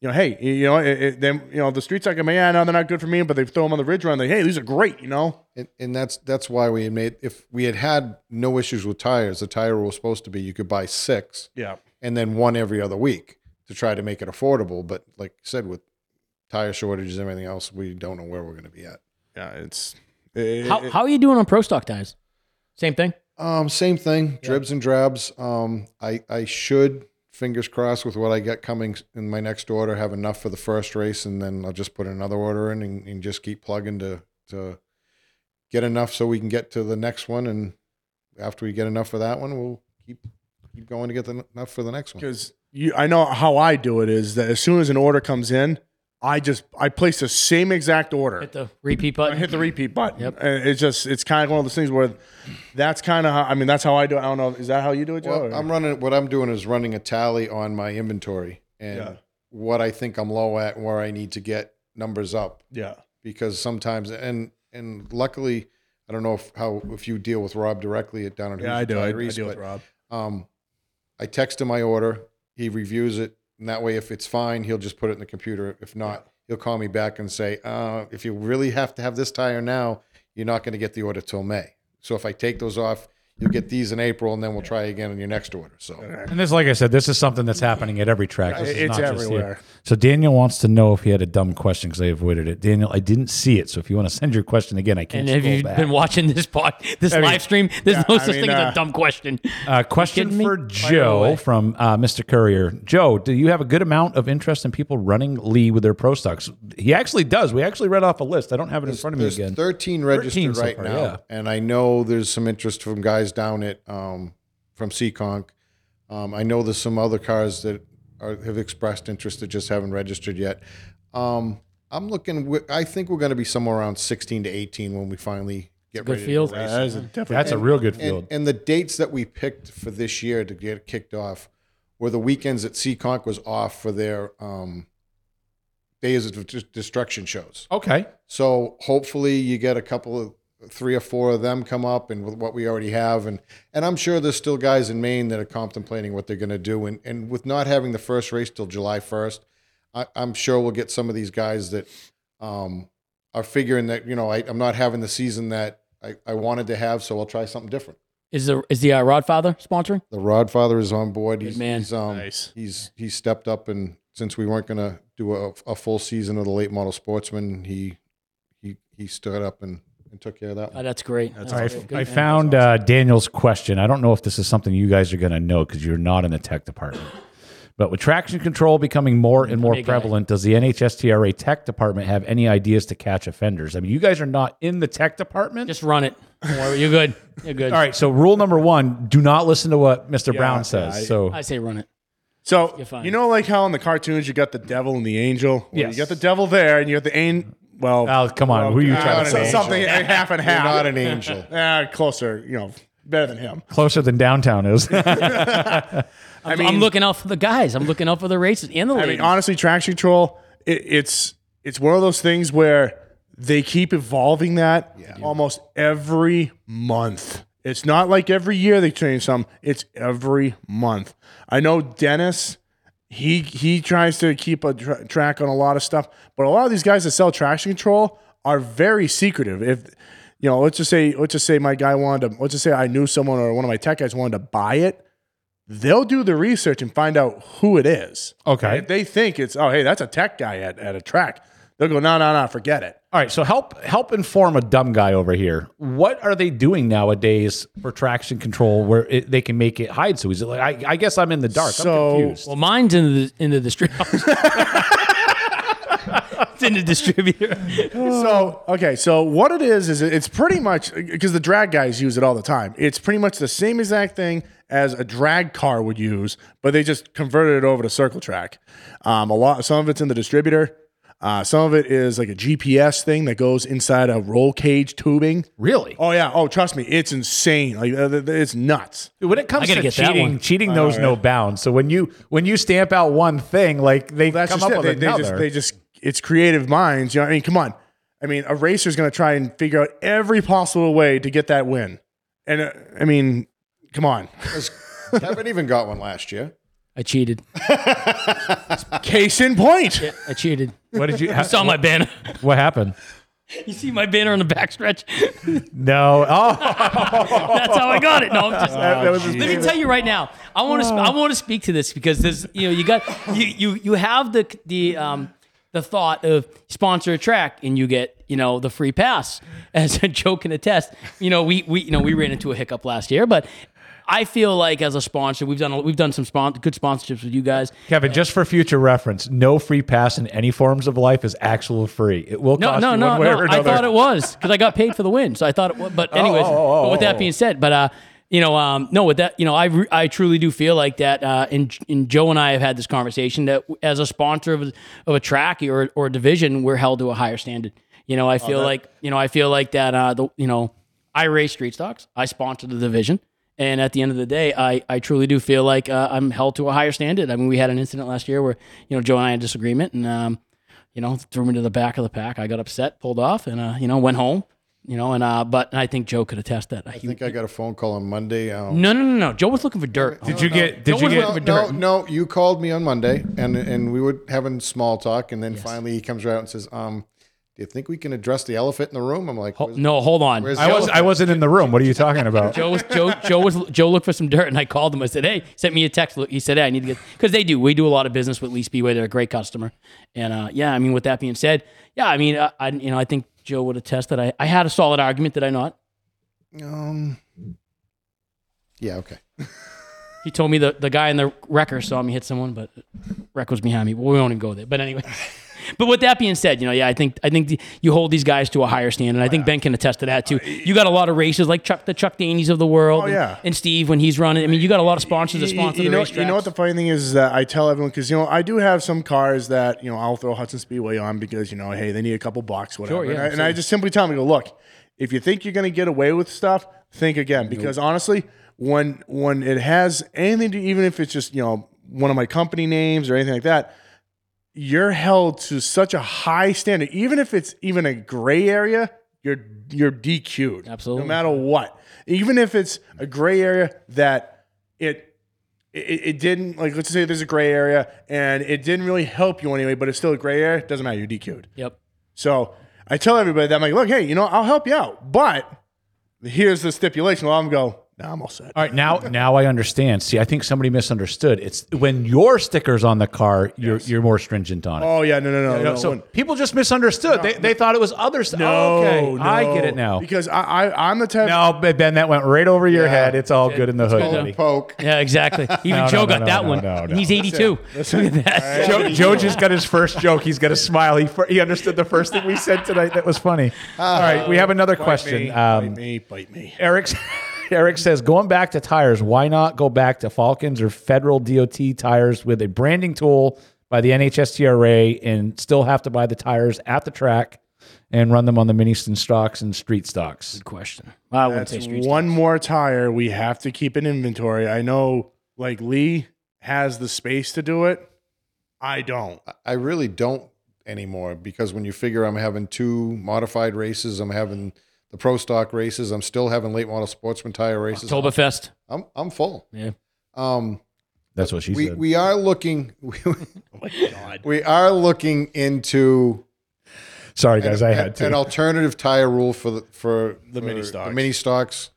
S4: You know, hey, you know, it, it, then you know the street stock. I mean, yeah, no, they're not good for me, but they throw them on the ridge run. They, hey, these are great. You know,
S6: And, and that's that's why we had made if we had had no issues with tires, the tire was supposed to be you could buy six
S4: yeah,
S6: and then one every other week to try to make it affordable. But like you said, with tire shortages and everything else, we don't know where we're going to be at.
S4: yeah. It's it,
S5: How,
S4: it-
S5: how are you doing on pro stock ties? Same thing.
S6: Um, same thing, dribs and drabs. Um, I I should fingers crossed with what I get coming in my next order have enough for the first race, and then I'll just put another order in and, and just keep plugging to to get enough so we can get to the next one, and after we get enough for that one, we'll keep keep going to get the, enough for the next one.
S4: because you I know how I do it is that as soon as an order comes in, I just I place the same exact order.
S5: Hit the repeat
S4: I
S5: button.
S4: hit the repeat button.
S5: Yep.
S4: And it's just it's kind of one of those things where that's kind of how I mean that's how I do. it. I don't know. Is that how you do it, Joe?
S6: Well, I'm running. What I'm doing is running a tally on my inventory and
S4: Yeah.
S6: what I think I'm low at, and where I need to get numbers up.
S4: yeah.
S6: because sometimes and and luckily I don't know if how if you deal with Rob directly at down at
S4: Yeah,
S6: Hoosier
S4: I do. I, I
S6: Tyrese,
S4: deal with
S6: but,
S4: Rob.
S6: Um, I text him my order. He reviews it, and that way, if it's fine, he'll just put it in the computer. If not, he'll call me back and say, uh, "If you really have to have this tire now, you're not going to get the order till May. So if I take those off, you'll get these in April, and then we'll try again in your next order." So
S3: And this, like I said, this is something that's happening at every track. This is
S4: It's
S3: not just here.
S4: everywhere.
S3: So Daniel wants to know if he had a dumb question because I avoided it. Daniel, I didn't see it. So if you want to send your question again, I
S5: *laughs* and
S3: can't.
S5: if
S3: scroll
S5: you've
S3: back.
S5: been watching this pod, this
S4: mean,
S5: live stream, there's
S4: yeah,
S5: no
S4: I
S5: such
S4: mean,
S5: thing as
S4: uh,
S5: a dumb question.
S3: Uh, question
S5: kidding me?
S3: for
S5: away.
S3: Joe from uh, Mr. Courier. Joe, do you have a good amount of interest in people running Lee with their pro stocks? He actually does. We actually read off a list. I don't have it in front of me
S6: there's
S3: again.
S6: 13 registered
S3: 13 so
S6: right
S3: far,
S6: now,
S3: yeah.
S6: and I know there's some interest from guys down at um, from Seekonk. Um, I know there's some other cars that are, have expressed interest that just haven't registered yet. Um, I'm looking. wi- I think we're going to be somewhere around 16 to 18 when we finally get
S5: Good
S6: ready. to
S5: field.
S6: race.
S4: That is a different.
S3: That's a real good field.
S6: And, and the dates that we picked for this year to get kicked off were the weekends that Seekonk was off for their um, Days of Des- Destruction shows.
S3: okay.
S6: So hopefully you get a couple of three or four of them come up and with what we already have and and I'm sure there's still guys in Maine that are contemplating what they're going to do and and with not having the first race till July 1st I, I'm sure we'll get some of these guys that um, are figuring that you know I, I'm not having the season that I, I wanted to have so I'll try something different
S5: Is the is the uh, Rodfather sponsoring?
S6: the Rodfather is on board he's,
S5: man.
S6: he's um
S4: Nice.
S6: he's he's stepped up and since we weren't going to do a, a full season of the late model sportsman he he he stood up and, and took care of that
S5: Oh,
S6: one.
S5: that's great.
S4: Uh, That's
S5: That's
S3: I,
S5: a good
S3: I
S5: man.
S3: found uh, Daniel's question. I don't know if this is something you guys are going to know because you're not in the tech department. But with traction control becoming more and more
S5: Big guy.
S3: prevalent, does the NHSTRA tech department have any ideas to catch offenders? I mean, you guys are not in the tech department.
S5: Just run it. Don't worry, You're good. You're good.
S3: All right. So rule number one: do not listen to what Mr. Brown says.
S4: yeah, I-
S3: so
S5: I say run it.
S4: So
S5: You're fine.
S4: you know, like how in the cartoons you got the devil and the angel. Well,
S3: Yes.
S4: You got the devil there, and you got the angel. Well,
S3: Oh, come on. Who are you
S4: uh,
S3: trying
S6: to
S4: so-
S6: say?
S4: Something half and
S6: You're
S4: half.
S5: *laughs*
S6: not an angel.
S4: Ah, closer. You know, better than him.
S3: closer than downtown
S4: *laughs*
S3: is.
S5: I'm, I am looking out for the guys. I'm looking out for the races and the
S4: I
S5: ladies.
S4: mean, honestly, traction control. It, it's it's one of those things where they keep evolving that almost every month. It's not like every year they change some. It's every month. I know Dennis. He he tries to keep a tra- track on a lot of stuff, but a lot of these guys that sell traction control are very secretive. If you know, let's just say let's just say my guy wanted to let's just say I knew someone or one of my tech guys wanted to buy it they'll do the research and find out who it is.
S3: Okay.
S4: If they think it's, oh, hey, that's a tech guy at, at a track, they'll go, no, no, no, forget it.
S3: All right, so help help inform a dumb guy over here. What are they doing nowadays for traction control where it, they can make it hide so easily? I, I guess I'm in the dark.
S4: So-
S3: I'm confused.
S5: Well, mine's into the into the
S4: *laughs*
S5: distributor. it's in the distributor.
S4: So okay, so what it is is it's pretty much because the drag guys use it all the time. It's pretty much the same exact thing as a drag car would use, but they just converted it over to circle track. Um, a lot, some of it's in the distributor. Uh, some of it is like a GPS thing that goes inside a roll cage tubing.
S3: Really?
S4: Oh yeah. Oh, trust me, it's insane. Like uh, th- th- it's nuts.
S3: Dude, when it comes
S5: I gotta
S3: to
S5: get that
S3: cheating,
S5: one.
S3: cheating knows no bounds. So when you when you stamp out one thing, like they
S4: That's
S3: come up
S4: just it.
S3: with
S4: They, they
S3: another.
S4: just they just it's creative minds. You know, I mean, come on. I mean, a racer's going to try and figure out every possible way to get that win. And uh, I mean,
S3: *laughs*
S4: come on.
S6: Kevin even got one last year.
S5: I cheated.
S4: Case in *laughs* point.
S5: I cheated.
S3: what did you?
S4: *laughs*
S5: You saw my banner.
S3: what happened?
S5: You see my banner on the backstretch.
S3: No. Oh,
S5: That's how I got it. No, I'm just.
S3: *laughs* that was his
S5: Let me tell you right now. I want to. Sp- I want to speak to this because there's. You know, you got. You you you have the the um the thought of sponsor a track and you get you know the free pass *laughs* as a joke and a test. You know we we you know we ran into a hiccup last year, but. I feel like as a sponsor, we've done a- we've done some spon- good sponsorships with you guys.
S3: Kevin, just for future reference, no free pass in any forms of life is actual free. It will
S5: No,
S3: cost
S5: no,
S3: you
S5: no,
S3: one way
S5: no.
S3: or
S5: I
S3: another.
S5: thought it was because I got paid for the win, so I thought it was. But anyways,
S3: oh, oh,
S5: but with
S3: oh.
S5: that being said, but uh, you know, um, no, with that, you know, I re- I truly do feel like that. Uh, and and Joe and I have had this conversation that w- as a sponsor of a, of a track or or a division, we're held to a higher standard. You know, I feel like you know, I feel like that. Uh, the you know, I race street stocks. I sponsor the division. And at the end of the day, I, I truly do feel like uh, I'm held to a higher standard. I mean, we had an incident last year where you know Joe and I had a disagreement, and um, you know, threw me to the back of the pack. I got upset, pulled off, and uh, you know, went home. You know, and uh, but I think Joe could attest that.
S6: I think I got a phone call on Monday. Um,
S5: no, no, no, no. Joe was looking for dirt.
S3: Did you get? Did
S5: No
S3: you
S5: one
S3: get?
S5: was-
S6: no, no, no, you called me on Monday, and and we were having small talk, and then finally he comes right out and says, "Um, do you think we can address the elephant in the room?" I'm like, "Where's-
S5: No, hold on.
S6: where's
S3: I
S6: the
S3: was. I wasn't in the room. What are you talking about?
S5: Joe was Joe. Joe was Joe looked for some dirt, and I called him. I said, "Hey," sent me a text. He said, "Hey, I need to get because they do. We do a lot of business with Lee Speedway. They're a great customer, and uh, yeah, I mean, with that being said, yeah, I mean, I, I you know, I think Joe would attest that I, I had a solid argument. Did I not?
S6: Um, yeah, okay.
S5: He told me the, the guy in the wrecker saw me hit someone, but wreck was behind me. Well, we won't even go there. But anyway, *laughs* but with that being said, you know, yeah, I think I think the, you hold these guys to a higher standard. And
S4: Oh,
S5: I think Ben can attest to that too. You got a lot of races like Chuck, the Chuck Danies of the world,
S4: Uh, Oh,
S5: and,
S4: yeah.
S5: and Steve when he's running. I mean, you got a lot of sponsors that sponsor
S4: you
S5: the
S4: know,
S5: racetracks.
S4: you
S5: *laughs*
S4: know what the funny thing is, is that I tell everyone because you know I do have some cars that you know I'll throw Hudson Speedway on because you know hey they need a couple bucks whatever
S5: Sure, yeah,
S4: and, I, and I just simply tell them I go look if you think you're going to get away with stuff think again because honestly when when it has anything to even if it's just you know one of my company names or anything like that you're held to such a high standard even if it's even a gray area you're you're DQ'd
S5: Absolutely.
S4: no matter what even if it's a gray area that it it, it didn't like let's say there's a gray area and it didn't really help you anyway, but it's still a gray area. It doesn't matter. You're DQ'd.
S5: yep.
S4: So I tell everybody that I'm like, look, hey, you know, I'll help you out, but here's the stipulation. Well, I'm go. Nah, I'm all set.
S3: All right, now now I understand. See, I think somebody misunderstood. It's when your sticker's on the car, you're you're more stringent on it.
S4: Oh yeah, no, no, no,
S3: You know,
S4: no.
S3: so
S4: when-
S3: people just misunderstood. they they thought it was other stuff.
S4: no,
S3: okay, I
S4: no.
S3: get it now.
S4: Because I, I I'm the type.
S3: No, but Ben, that went right over your head. It's all good in the hood,
S5: good.
S3: buddy.
S6: Poke.
S5: Yeah,
S4: *laughs*
S5: exactly. Even
S3: No,
S5: Joe
S3: no, no,
S5: got
S3: no,
S5: that
S3: no,
S5: one.
S3: no, no.
S5: And he's 82. Look at that.
S3: Joe, Joe just got his first joke. He's got a smile. He, fir- he understood the first thing we said tonight. That was funny. All right, we have another question.
S4: Me,
S3: Um,
S4: bite me, bite me.
S3: Eric, *laughs* Eric says, going back to tires, why not go back to Falcons or federal DOT tires with a branding tool by the NHSTRA and still have to buy the tires at the track and run them on the Minniston stocks and street stocks?
S5: Good question. Well, I wouldn't say
S4: That's
S5: street.
S4: one more tire. We have to keep an inventory. I know, like Lee has the space to do it. I don't.
S6: I really don't anymore because when you figure I'm having two modified races, I'm having the pro stock races, I'm still having late model sportsman tire races.
S5: Oktoberfest.
S6: I'm I'm full.
S5: Yeah.
S6: Um,
S3: That's what she
S6: we
S3: said.
S6: we are looking. *laughs*
S4: Oh
S6: We are looking into
S3: Sorry, guys, I
S6: an-
S3: had
S6: an
S3: to.
S6: alternative tire rule for the for
S4: The
S6: for
S4: mini stocks.
S6: The mini stocks.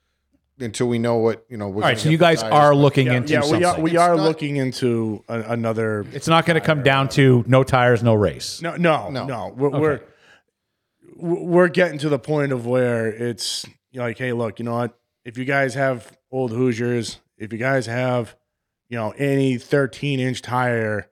S6: until we know what you know. We're
S3: All right, so you guys are looking into
S4: yeah,
S3: something.
S4: we are, we
S6: It's
S4: are
S6: not-
S4: looking into a, another.
S3: it's not going to come down to no tires, no race.
S4: No, no, no.
S6: No.
S4: We're, we're we're getting to the point of where it's you know, like, hey, look, you know what? If you guys have old Hoosiers, if you guys have, you know, any 13 inch tire,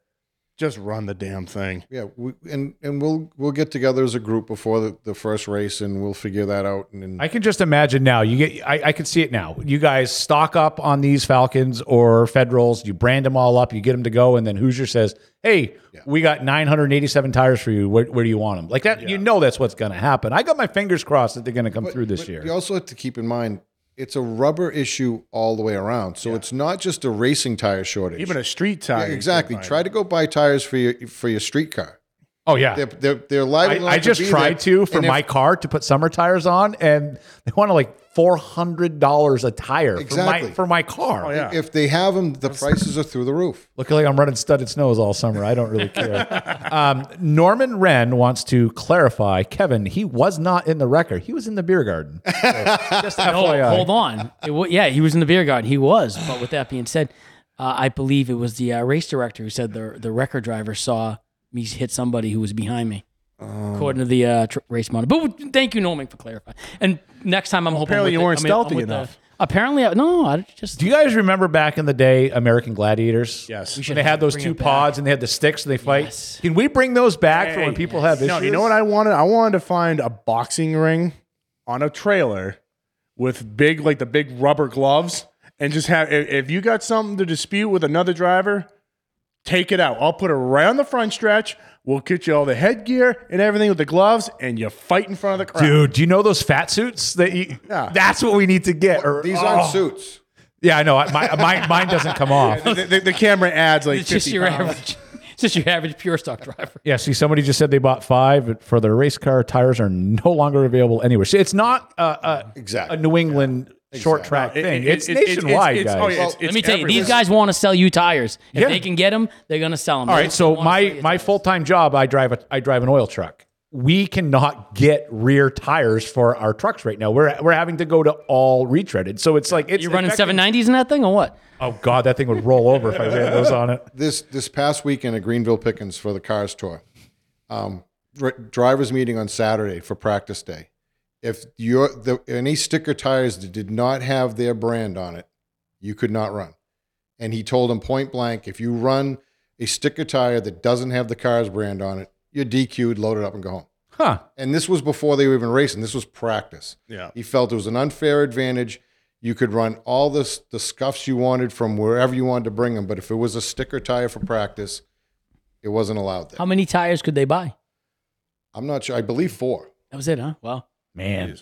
S4: just run the damn thing.
S6: yeah, we, and and we'll we'll get together as a group before the, the first race, and we'll figure that out. And, and
S3: I can just imagine now. You get, I, I can see it now. You guys stock up on these Falcons or Federals. You brand them all up. You get them to go, and then Hoosier says, "Hey, we got 987 tires for you. Where, where do you want them?" Like that. You know that's what's going to happen. I got my fingers crossed that they're going to come through this
S6: but
S3: year.
S6: You also have to keep in mind it's a rubber issue all the way around, so it's not just a racing tire shortage.
S4: Even a street
S6: Yeah,
S4: tire. you can
S6: exactly.
S4: find.
S6: Try to go buy tires for your for your street car.
S3: Oh yeah.
S6: They're they're, they're liable.
S3: I, I just tried to for my car to put summer tires on, and they want to like four hundred dollars a tire for
S6: Exactly.
S3: my for my car.
S4: Oh, yeah.
S6: If they have them, the prices are through the roof.
S3: Look like I'm running studded snows all summer. I don't really care. um, Norman Wren wants to clarify, Kevin. He was not in the wrecker. He was in the beer garden. So, just FYI.
S5: hold on. It wa- yeah, he was in the beer garden. He was. But with that being said, uh, I believe it was the uh, race director who said the the record driver saw me hit somebody who was behind me. According to the uh, tr- race monitor. But thank you, Norman, for clarifying. And next time, I'm hoping I'm with
S4: Apparently you
S5: the-
S4: weren't
S5: I'm in- I'm
S4: stealthy
S5: with the-
S4: enough.
S5: apparently, I, no. I just
S3: Do you guys remember back in the day, American Gladiators?
S4: Yes. We
S3: When
S5: should
S3: they had those
S5: bring
S3: two
S5: it back.
S3: pods and they had the sticks and they fight.
S5: Yes.
S3: Can we bring those back for when people have issues?
S4: No, you know what I wanted? I wanted to find a boxing ring on a trailer with big, like the big rubber gloves, and just have. If, if you got something to dispute with another driver, take it out. I'll put it right on the front stretch. We'll get you all the headgear and everything with the gloves, and you fight in front of the crowd.
S3: Dude, do you know those fat suits that you?
S4: Yeah.
S3: That's what we need to get. Or,
S6: These
S3: oh.
S6: aren't suits.
S3: Yeah, I know. I- My, my, mine doesn't come off.
S4: The, the- the camera adds like
S5: it's just
S4: 50
S5: your
S4: pounds.
S5: average. It's just your average pure stock driver.
S3: Yeah, see, somebody just said they bought five for their race car. Tires are no longer available anywhere. See, it's not a, a,
S6: Exactly.
S3: a New England short track
S4: It-
S3: thing.
S4: it-
S3: it's
S4: it- it-
S3: nationwide,
S4: it's-
S3: guys.
S4: it's- oh, yeah, it's-
S5: Let
S4: it's
S5: me tell you, these
S4: everywhere.
S5: guys want to sell you tires. If
S3: Yeah.
S5: they can get them, they're going to sell them.
S3: All right, so my my full time job, I drive a I drive an oil truck. We cannot get rear tires for our trucks right now. We're we're having to go to all retreaded. So it's like it's
S5: You're running
S3: affecting-
S5: 790s in that thing or what?
S3: Oh god, that thing would roll over if I ran those on it.
S6: This this past weekend at Greenville Pickens for the Cars Tour, um, dr- drivers meeting on Saturday for practice day. If your the, any sticker tires that did not have their brand on it, you could not run. And he told them point blank, if you run a sticker tire that doesn't have the car's brand on it, you're DQ'd, load it up, and go home.
S3: Huh.
S6: And this was before they were even racing. This was practice.
S4: Yeah.
S6: He felt it was an unfair advantage. You could run all this, the scuffs you wanted from wherever you wanted to bring them, but if it was a sticker tire for practice, it wasn't allowed there.
S5: How many tires could they buy?
S6: I'm not sure. I believe four.
S5: That was it, huh? Wow.
S3: Man.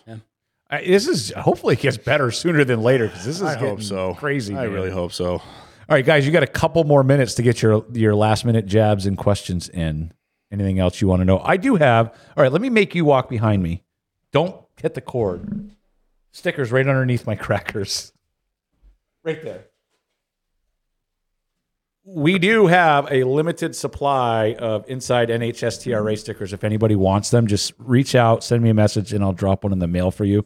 S3: I, this is hopefully it gets better sooner than later because this is
S4: I
S3: getting
S4: hope so.
S3: crazy.
S4: I
S3: man.
S4: really hope so.
S3: All right, guys, you got a couple more minutes to get your your last minute jabs and questions in. Anything else you want to know? I do have. All right, let me make you walk behind me. Don't hit the cord. Stickers right underneath my *laughs* crackers. Right there. We do have a limited supply of inside NHSTRA stickers. If anybody wants them, just reach out, send me a message, and I'll drop one in the mail for you.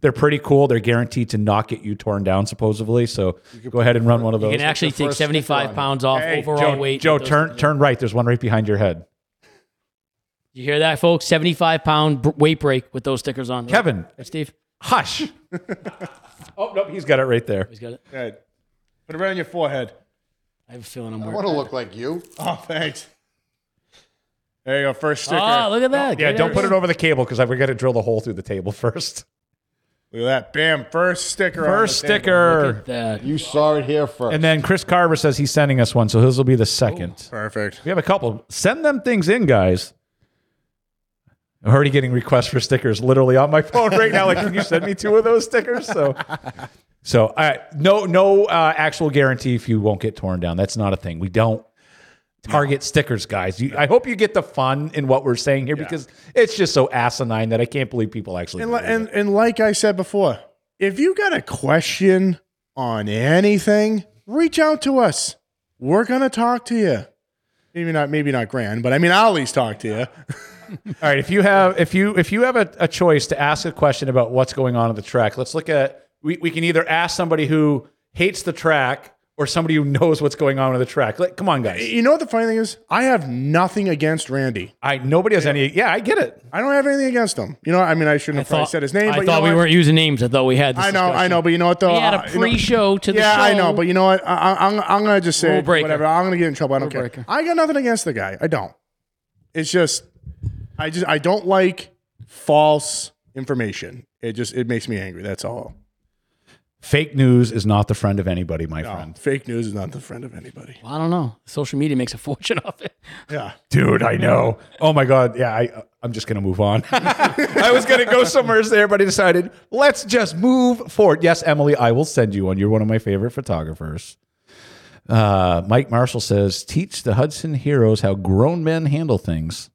S3: They're pretty cool. They're guaranteed to not get you torn down, supposedly. So go ahead and run one of those.
S5: You can actually take
S6: first sticker
S5: 75
S6: on.
S5: pounds off
S3: Hey,
S5: overall
S3: Joe,
S5: weight.
S3: Joe
S5: with those
S3: turn
S5: things.
S3: turn right. There's one right behind your head.
S5: You hear that, folks? 75 pound br- weight break with those stickers on.
S3: Kevin,
S5: Right, Steve,
S3: hush. *laughs* oh nope, he's got it right there.
S5: he's got it.
S4: Yeah. Put it right on your forehead.
S5: I have a feeling I'm
S6: I
S5: weird.
S6: want to look like you.
S4: Oh, thanks. There you go. First sticker.
S5: Oh, look at that.
S3: Yeah,
S5: Great
S3: don't put it
S5: idea.
S3: over the cable because we got to drill the hole through the table *laughs* first.
S4: Look at that. Bam. First sticker. on
S3: First
S4: the table.
S3: sticker,
S5: That.
S6: You saw it here first.
S3: and then Chris Carver says he's sending us one, so his will be the second.
S4: Perfect.
S3: We have a couple. Send them things in, guys. I'm already getting requests for stickers literally on my *laughs* phone right now. Like, can you send me two of those stickers? So, *laughs* so uh, no, no uh, actual guarantee if you won't get torn down. That's not a thing. We don't target stickers, guys. You, I hope you get the fun in what we're saying here because it's just so asinine that I can't believe people actually.
S4: And, li-
S3: believe it.
S4: and, and like I said before, if you got a question on anything, reach out to us. We're gonna talk to you. Maybe not, maybe not grand, but I mean, I'll at least talk to you.
S3: All right, if you have if you if you have a, a choice to ask a question about what's going on at the track, let's look at we, we can either ask somebody who hates the track or somebody who knows what's going on with the track. Like, come on, guys.
S4: You know what the funny thing is? I have nothing against Randy.
S3: I nobody has any. Yeah, I get it.
S4: I don't have anything against him. You know, I mean, I shouldn't have probably said his name.
S5: I
S4: but you
S5: thought
S4: know
S5: we
S4: what?
S5: weren't using names. I thought we had. This
S4: I know, I know, but you know what though?
S5: We had
S4: Uh,
S5: a
S4: you know-
S5: pre-show to the
S4: yeah,
S5: show.
S4: I know, but you know what? I, I, I'm, I'm gonna just say
S5: Rule breaker.
S4: whatever. I'm gonna get in trouble. I don't
S5: Rule
S4: care.
S5: breaker.
S4: I got nothing against the guy. I don't. It's just, I just, I don't like false information. It just, it makes me angry. That's all.
S3: Fake news is not the friend of anybody, my friend.
S4: Fake news is not the friend of anybody.
S5: I don't know. Social media makes a *laughs* fortune off it.
S4: Yeah.
S3: Dude, I know. Oh my god. Yeah, I I'm just gonna move on. *laughs* I was gonna go somewhere there, but I decided let's just move forward. Yes, Emily, I will send you one. You're one of my favorite photographers. Uh, Mike Marshall says, "Teach the Hudson heroes how grown men handle things."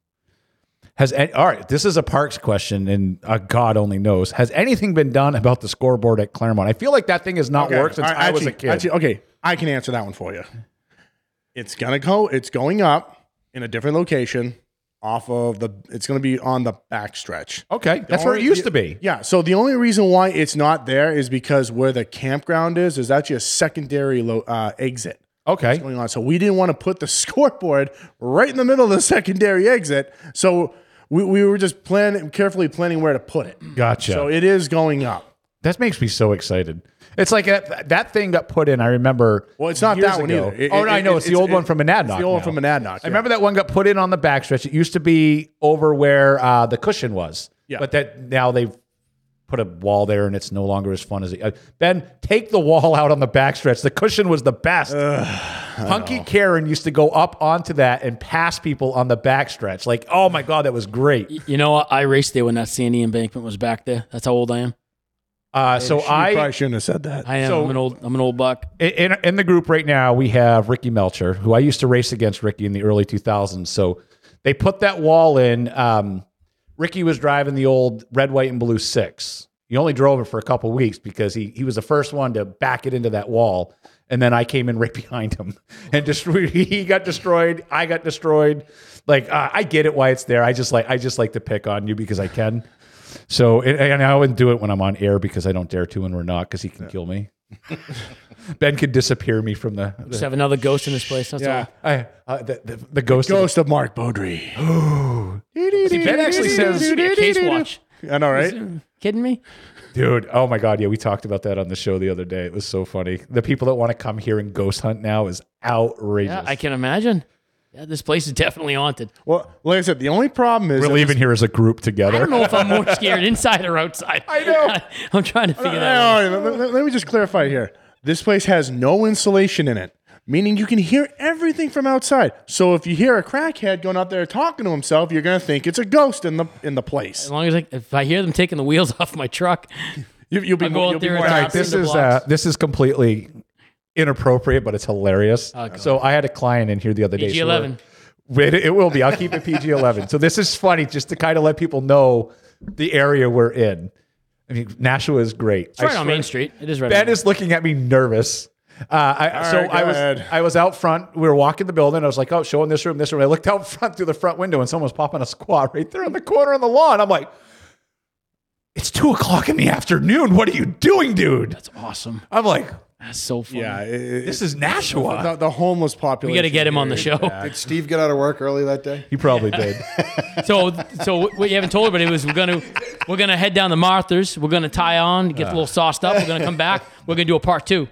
S3: Has an- all right. This is a Parks question, and uh, God only knows. Has anything been done about the scoreboard at Claremont? I feel like that thing has not
S4: Okay.
S3: worked since
S4: All right,
S3: I was a
S4: actually-
S3: kid.
S4: actually, okay, I can answer that one for you. It's gonna go. It's going up in a different location off of the. It's gonna be on the back stretch.
S3: okay, that's
S4: The
S3: where it
S4: only-
S3: used to be.
S4: Yeah. So the only reason why it's not there is because where the campground is, there's actually a secondary lo- uh, exit
S3: Okay,
S4: going on. So we didn't want to put the *laughs* scoreboard right in the middle of the secondary exit. So we, we were just planning carefully planning where to put it.
S3: gotcha.
S4: So it is going up.
S3: That makes me so excited. It's like that, that thing got put in. I remember.
S4: Well, it's not
S3: years
S4: that one
S3: ago.
S4: either. It-
S3: oh no,
S4: it-
S3: I know
S4: it-
S3: it's, the old
S4: it-
S3: one from Monadnock.
S4: it's The old
S3: now.
S4: one from Monadnock.
S3: I remember that one got put in on the backstretch. It used to be over where uh, the cushion was,
S4: Yeah.
S3: but that now they've put a wall there, and it's no longer as fun as it. Uh, ben, take the wall out on the backstretch. The cushion was the best. Punky Karen used to go up onto that and pass people on the backstretch. Like, oh my god, that was great.
S5: You know, I raced there when that sandy embankment was back there. That's how old I am.
S3: Uh, so
S4: I
S3: I
S4: probably shouldn't have said that.
S5: I am.
S3: So-
S5: I'm an old. I'm an old buck.
S3: in, in the group right now, we have Ricky Melcher, who I used to race against Ricky in the early 2000s. So they put that wall in. Um, Ricky was driving the old red, white, and blue six. He only drove it for a couple weeks because he he was the first one to back it into that wall, and then I came in *laughs* right behind him and destroyed. *laughs* He got destroyed. I got destroyed. Like uh, I get it why it's there. I just like I just like to pick on you because I can. So and, and I wouldn't do it when I'm on air because I don't dare to, and we're not because he can kill me. ben could disappear me from the.
S5: Just have another ghost in this place. That's all.
S3: I, uh, the, the, the ghost. of the-
S4: *gasps* Ghost of Mark Beaudry.
S3: *gasps* See, ben actually
S4: *laughs*
S3: says,
S5: Yeah, case watch.
S4: I know, right?
S5: Kidding me?
S3: Dude, oh my God. Yeah, we talked about that on the show the other day. It was so funny. The people that want to come here and ghost hunt now is outrageous.
S5: Yeah, I can imagine. Yeah, this place is definitely haunted.
S4: Well, like I said, the only problem is
S3: We're
S4: that
S3: leaving here as a group together.
S5: I don't know if I'm more scared inside or outside. I
S3: know.
S5: *laughs* I'm trying to figure
S4: this-
S5: that out.
S4: No, no, no, let, let me just clarify here. This place has no insulation in it, meaning you can hear everything from outside. So if you hear a crackhead going out there talking to himself, you're gonna think it's a ghost in the in the place.
S5: As long as I, if I hear them taking the wheels *laughs* off my truck,
S4: You, you'll be
S5: I'll go
S4: more-
S5: out
S4: you'll be
S5: there
S4: more
S5: and
S3: All right,
S4: apt-
S3: this
S5: Cinder
S3: is uh,
S5: blocks.
S3: this is completely inappropriate, but it's hilarious.
S5: Oh, God.
S3: so I had a client in here the other day. so we're-
S5: PG-11.
S3: Wait, it will be. I'll keep it PG eleven. So this is funny, just to kind of let people know the area we're in. I mean, Nashua is great.
S5: it's right
S3: I
S5: on
S3: swear-
S5: Main Street. It is right. on
S3: Ben
S5: Main
S3: is looking at me nervous. Uh, I, so
S4: right, go
S3: I was
S4: ahead.
S3: I was out front. We were walking the building. I was like, oh, showing this room, this room. I looked out *laughs* front through the front window, and someone was popping a squat right there on the corner on the lawn. I'm like, it's two o'clock in the afternoon. What are you doing, dude?
S5: That's awesome.
S3: I'm like,
S5: That's so funny.
S4: Yeah, it- it-
S3: this is Nashua.
S4: the, the homeless population.
S5: we got to get him on the show.
S6: Did Steve get out of work early that day?
S3: He *laughs* probably did.
S5: So, so what you haven't told everybody was we're gonna we're gonna head down to Martha's. We're gonna tie on, get
S3: Uh.
S5: a little sauced up. We're gonna come back. We're gonna do a part two.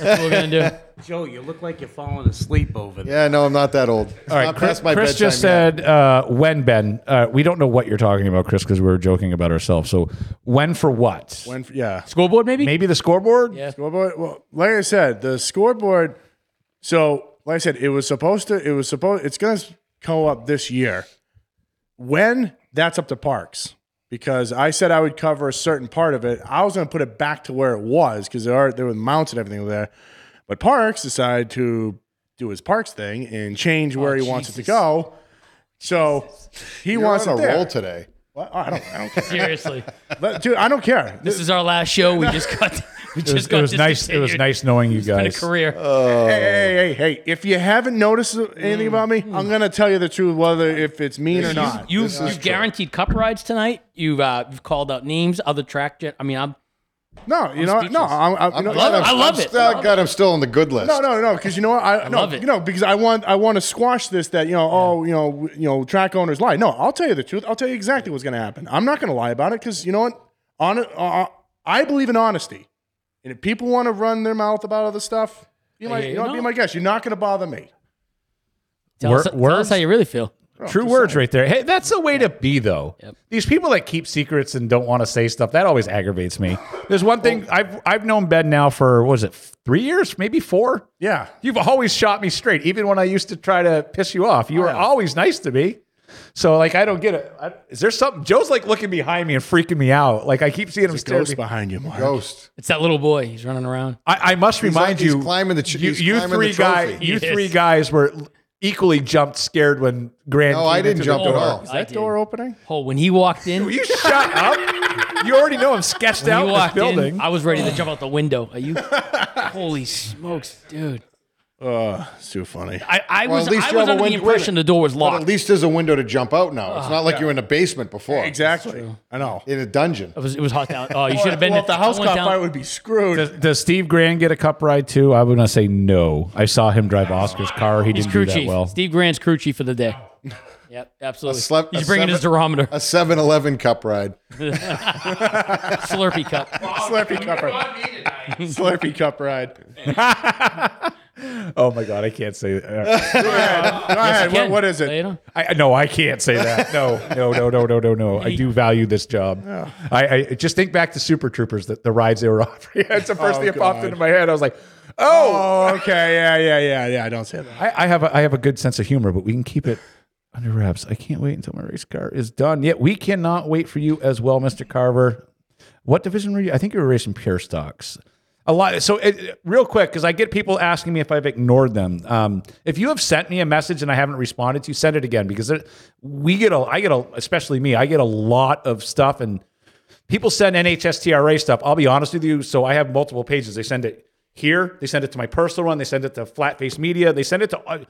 S5: That's what we're gonna
S3: *laughs*
S5: do.
S2: Joe, you look like you're falling asleep over there.
S6: Yeah, no, I'm not that old. All
S3: All right, Chris, Chris just said uh, when Ben. Uh, we don't know what you're talking about, Chris, because we were joking about ourselves. So when for what?
S4: When, yeah.
S5: Scoreboard, maybe.
S3: Maybe the scoreboard.
S5: Yeah.
S4: Scoreboard. Well, like I said, the scoreboard. So, like I said, it was supposed to. It was supposed. It's going to go up this year. When that's up to Parks because I said I would cover a certain part of it. I was going to put it back to where it was because there are there were mounts and everything there, but Parks decided to do his Parks thing and change where he
S6: Oh,
S4: wants it to go. So he
S6: He
S4: wants
S6: wants
S4: it
S6: on a
S4: there.
S6: roll today.
S4: Well, I don't. I don't care.
S5: Seriously,
S4: But, Dude, I don't care.
S5: this is our last show. We just got *laughs* we just
S3: It was,
S5: got
S3: it was nice. It was
S5: discontinued.
S3: nice knowing you
S5: Been a
S3: guys. Oh.
S5: career. Oh.
S4: Hey, hey, hey, hey! If you haven't noticed anything about me,
S5: Hmm.
S4: I'm gonna tell you the truth, whether if it's mean or not.
S5: You, you've guaranteed cup rides tonight. You've, uh, you've called out names, other track. Jet. I mean, I'm
S4: No, you know, what? no, I'm, I'm, you know,
S6: glad
S5: love it.
S6: I'm-
S5: I love
S6: I'm
S5: it.
S6: still- God, I'm still on the good list.
S4: No, no, no, because you know what? I, no,
S5: love it.
S4: You know, because I want I want to squash this that you know, oh, you know, w- you know, track owners lie. No, I'll tell you the truth. I'll tell you exactly what's going to happen. I'm not going to lie about it because you know what? On uh, I believe in honesty, and if people want to run their mouth about other stuff, be my,
S5: Yeah,
S4: you know,
S5: no.
S4: be my guest. You're not going to bother me.
S5: Tell,
S3: Wor-
S5: us, tell
S3: words?
S5: us how you really feel.
S3: True words right there. Hey, that's the way to be though. These people that keep secrets and don't want to say stuff, that always aggravates me. There's one thing I've I've known Ben now for what was it, f- three years, maybe four?
S4: Yeah,
S3: You've always shot me straight, even when I used to try to piss you off. You were always nice to me. So like I don't get it. I, is there something? Joe's like looking behind me and freaking me out. Like I keep seeing him stare. at
S4: ghost
S3: me.
S4: behind you, Mark.
S6: Ghost.
S5: It's that little boy. He's running around.
S3: I, I must remind
S6: he's
S3: you,
S6: climbing the ch-
S3: you,
S6: he's
S3: you
S6: climbing the
S3: three guys,
S6: trophy.
S3: you
S5: Yes.
S3: three guys were equally jumped scared when Grand.
S6: No, I
S3: came
S6: didn't
S3: into the
S6: jump at
S3: door.
S6: all.
S5: I
S4: That
S5: did.
S4: door opening.
S5: Oh, when he walked in,
S3: Will
S5: when
S3: you shut up? You already know I'm sketched
S5: he
S3: out in this
S5: walked
S3: building.
S5: in, I was ready to jump out the window. Are you? Holy smokes, dude!
S4: Uh, it's too funny.
S5: I, I
S6: Well,
S5: was
S6: at least
S5: I
S6: you
S5: was
S6: have a
S5: under the
S6: window-
S5: impression the door was
S6: But at
S5: locked. Ah.
S6: least there's a window to jump out now. It's not like you're in a basement before.
S4: Exactly. I know.
S6: In a dungeon.
S5: It was, it was hot down. Oh, you should have been.
S4: Well, if the
S5: I
S4: house
S5: went
S4: caught
S5: down-
S4: fire, would be screwed.
S3: Does, does Steve Grand get a cup ride too? I would not say no. I saw him drive Oscar's car. He
S5: He's
S3: didn't do
S5: crew
S3: that
S5: chief.
S3: well.
S5: Steve Grant's crew chief for the day. Yep, absolutely.
S6: slep-
S5: He's
S6: a
S5: bringing his
S6: seven- *laughs*
S5: durometer,
S6: A 7 Eleven cup ride.
S5: Slurpee cup.
S4: Slurpee cup ride. *laughs* Slurpee cup ride.
S3: Oh my god, I can't say that. Uh,
S4: Go ahead. What,
S5: Ken,
S4: what is
S5: lay
S4: it?
S5: on.
S3: I, no, I can't say that. No, no, no, no, no, no, no. I do value this job. I, I just think back to Super Troopers, the, the rides they were *laughs* offering. It's the first
S4: Oh,
S3: thing that popped
S4: God.
S3: into my head. I was like, oh,
S4: Oh, okay. Yeah, yeah, yeah, yeah. I don't say that.
S3: I, I have a, I have a good sense of humor, but we can keep it under wraps. I can't wait until my race car is done. Yet we cannot wait for you as well, Mister Carver. What division were you? I think you were racing pure stocks. A lot. So it, real quick, because I get people asking me if I've ignored them. Um, if you have sent me a message and I haven't responded to, send it again because there, we get a, I get a, especially me, I get a lot of stuff and people send NHSTRA stuff. I'll be honest with you. So I have multiple pages. They send it here. They send it to my personal one. They send it to Flat Face Media. They send it to uh,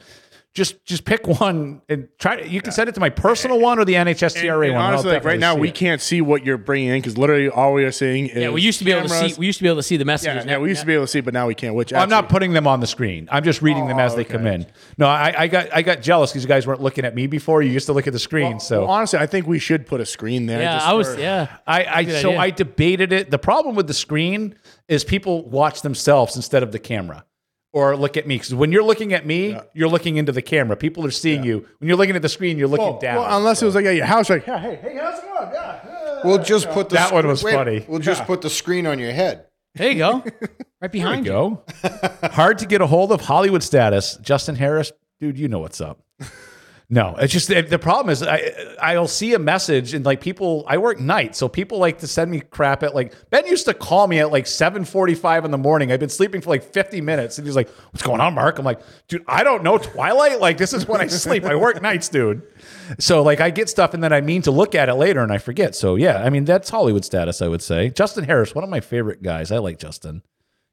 S3: just just pick *laughs* one and try. To, you can send it to my personal one or the NHSTRA
S4: And
S3: one. and I'll
S4: honestly, like right
S3: definitely
S4: now,
S3: see
S4: we
S3: it.
S4: can't see what you're bringing in because literally all we are seeing is
S5: Yeah, we used to be able to
S4: cameras.
S5: see. We used to be able to see the
S4: Yeah,
S5: messages.
S4: yeah, we used to be able to see, but now we can't. Which
S3: I'm not putting them on the screen. I'm just reading them as they
S4: Oh,
S3: come in. No, I, I got I got jealous because you guys weren't looking at me before. You used to look at the screen. so
S4: Well, honestly, I think we should put a screen there.
S5: Yeah,
S4: just
S5: I was.
S4: for-
S5: Yeah,
S3: I, I
S5: Good
S3: so
S5: idea.
S3: I debated it. The problem with the screen is people watch themselves instead of the camera or look at me. Because when you're looking at me, you're looking into the camera. People are seeing you. When you're looking at the screen, you're looking
S4: Well,
S3: down.
S4: well, unless it was like at your house, like yeah, hey,
S6: We'll just put the
S3: That one
S6: sc-
S3: was funny. *laughs*
S6: We'll just put the screen on your head.
S5: there you go. Right
S3: there you
S5: behind you.
S3: go. *laughs* Hard to get a hold of Hollywood status. Justin Harris, dude, you know what's up. No, it's just the- the problem is I I'll see a message and like people I work nights, so people like to send me crap at like Ben used to call me at like seven forty five in the morning. I've been sleeping for like fifty minutes, and he's like, "What's going on, Mark?" I'm like, "Dude, I don't know. Twilight. Like this is when I *laughs* sleep. I work nights, dude." So like I get stuff and then I mean to look at it later and I forget. So yeah, I mean that's Hollywood status. I would say Justin Harris, one of my favorite guys. I like Justin.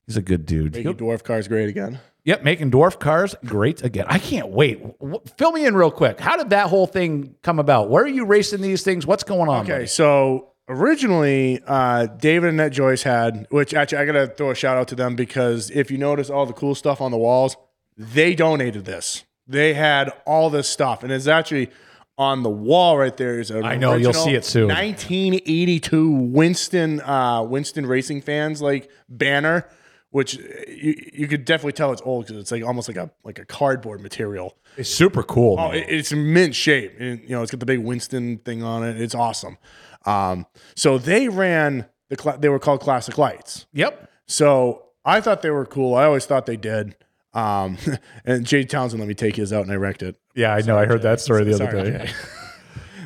S3: He's a good dude.
S4: Making dwarf cars great again.
S3: Yep, making dwarf cars great again. I can't wait. W- fill me in real quick. How did that whole thing come about? Where are you racing these things? What's going on?
S4: Okay,
S3: buddy?
S4: so originally, uh, David and Annette Joyce had, which actually I gotta throw a shout out to them because if you notice all the cool stuff on the walls, they donated this. They had all this stuff, and it's actually on the wall right there. Is an
S3: I know, you'll
S4: original
S3: see it soon.
S4: 1982 Winston uh, Winston Racing fans like banner, which uh, you, you could definitely tell it's old because it's like almost like a like a cardboard material.
S3: It's super cool.
S4: Oh, it- it's in mint shape. And, you know, it's got the big Winston thing on it. It's awesome. Um, so they ran the cla they were called Classic Lights.
S3: yep.
S4: So I thought they were cool. I always thought they did. Um, *laughs* and Jay Townsend let me take his out and I wrecked it.
S3: Yeah, I know. I heard that story the other
S4: Sorry,
S3: day.
S4: Jay.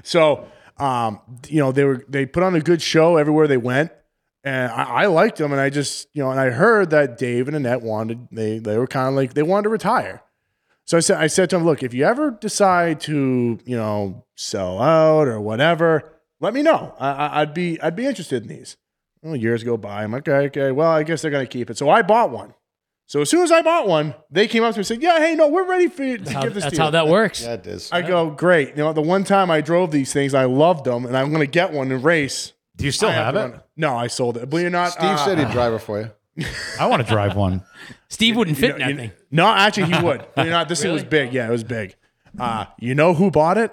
S4: so, um, you know, they were they put on a good show everywhere they went, and I, I liked them. And I just, you know, and I heard that Dave and Annette wanted they they were kind of like they wanted to retire. So I said I said to him, look, if you ever decide to you know sell out or whatever, let me know. I, I, I'd be I'd be interested in these. Well, years go by. I'm like, okay, okay. Well, I guess they're gonna keep it. So I bought one. So as soon as I bought one, they came up to me and said, "Yeah, hey, no, we're ready for you to
S5: How-
S4: give this
S5: that's
S4: to you."
S5: how that works.
S6: Yeah, it is.
S4: I go, great. You know, the one time I drove these things, I loved them, and I'm going to get one and race.
S3: Do you still have it?
S4: One- No, I sold it. Believe it or not, uh,
S6: Steve said he'd drive it for you.
S3: I want to drive one.
S5: Steve wouldn't fit
S4: You-
S5: in that thing.
S4: No, actually, he
S5: *laughs*
S4: would. Believe it or not, this thing was big. Yeah, it was big. Uh, you know who bought it?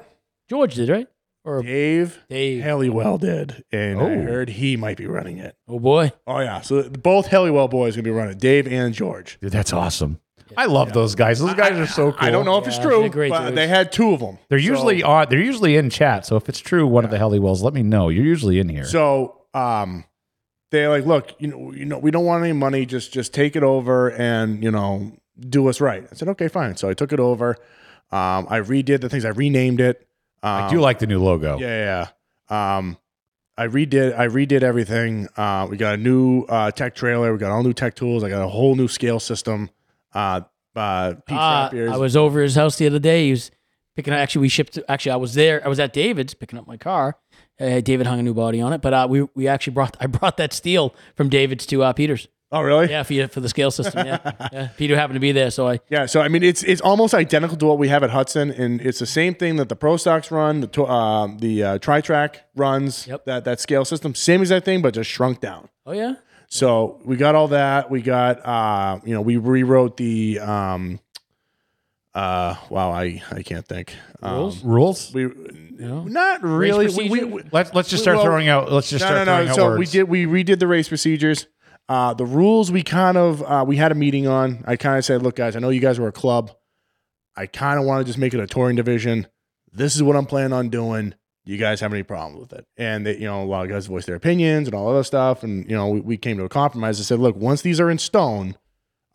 S5: George did, right? Or
S4: Dave,
S5: Dave.
S4: Halliwell did, and I
S3: Oh.
S4: heard he might be running it.
S5: Oh boy.
S4: Oh yeah, so both Halliwell boys gonna be running it, Dave and George.
S3: Dude, that's awesome. I love those guys. Those guys are so cool.
S4: I don't know if it's
S5: Yeah,
S4: true,
S5: they're great
S4: but
S5: dudes.
S4: they had two of them.
S3: They're usually on. They're usually in chat. So if it's true, one of the Hellywells, let me know. You're usually in here.
S4: So um, they're like, look, you know, you know, we don't want any money. Just just take it over and you know do us right. I said, okay, fine. So I took it over. Um, I redid the things. I renamed it. Um,
S3: I do like the new logo.
S4: Yeah, yeah, yeah. Um, I redid I redid everything. Uh, we got a new uh, tech trailer. We got all new tech tools. I got a whole new scale system. Uh, uh, Pete
S5: Uh,
S4: Trappiers-
S5: I was over his house the other day. He was picking up. Actually, we shipped. Actually, I was there. I was at David's picking up my car. Uh, David hung a new body on it, but uh, we we actually brought. *laughs* I brought that steel from David's to uh, Peter's.
S4: oh, really?
S5: Yeah, for you, for the scale system.
S4: *laughs*
S5: Yeah. yeah, Peter happened to be there, so I.
S4: Yeah, so I mean, it's it's almost identical to what we have at Hudson, and it's the same thing that the Pro Stocks run, the to- um, the uh, Tri Track runs,
S5: Yep.
S4: that that scale system, same exact thing, but just shrunk down.
S5: Oh yeah.
S4: So we got all that. We got uh, you know, we rewrote the um, uh, wow, I I can't think um,
S5: Rules?
S3: Rules.
S4: We
S5: Oh.
S4: not really. We, we,
S5: procedure?
S3: Let's let's just start
S4: Well,
S3: throwing out. Let's just
S4: no,
S3: start
S4: no,
S3: throwing
S4: no.
S3: out
S4: So
S3: words.
S4: we did. We redid the race procedures. Uh, the rules we kind of uh, we had a meeting on. I kind of said, look, guys, I know you guys were a club. I kind of want to just make it a touring division. This is what I'm planning on doing. Do you guys have any problems with it? And that you know, a lot of guys voiced their opinions and all other stuff. And you know, we, we came to a compromise. I said, look, once these are in stone,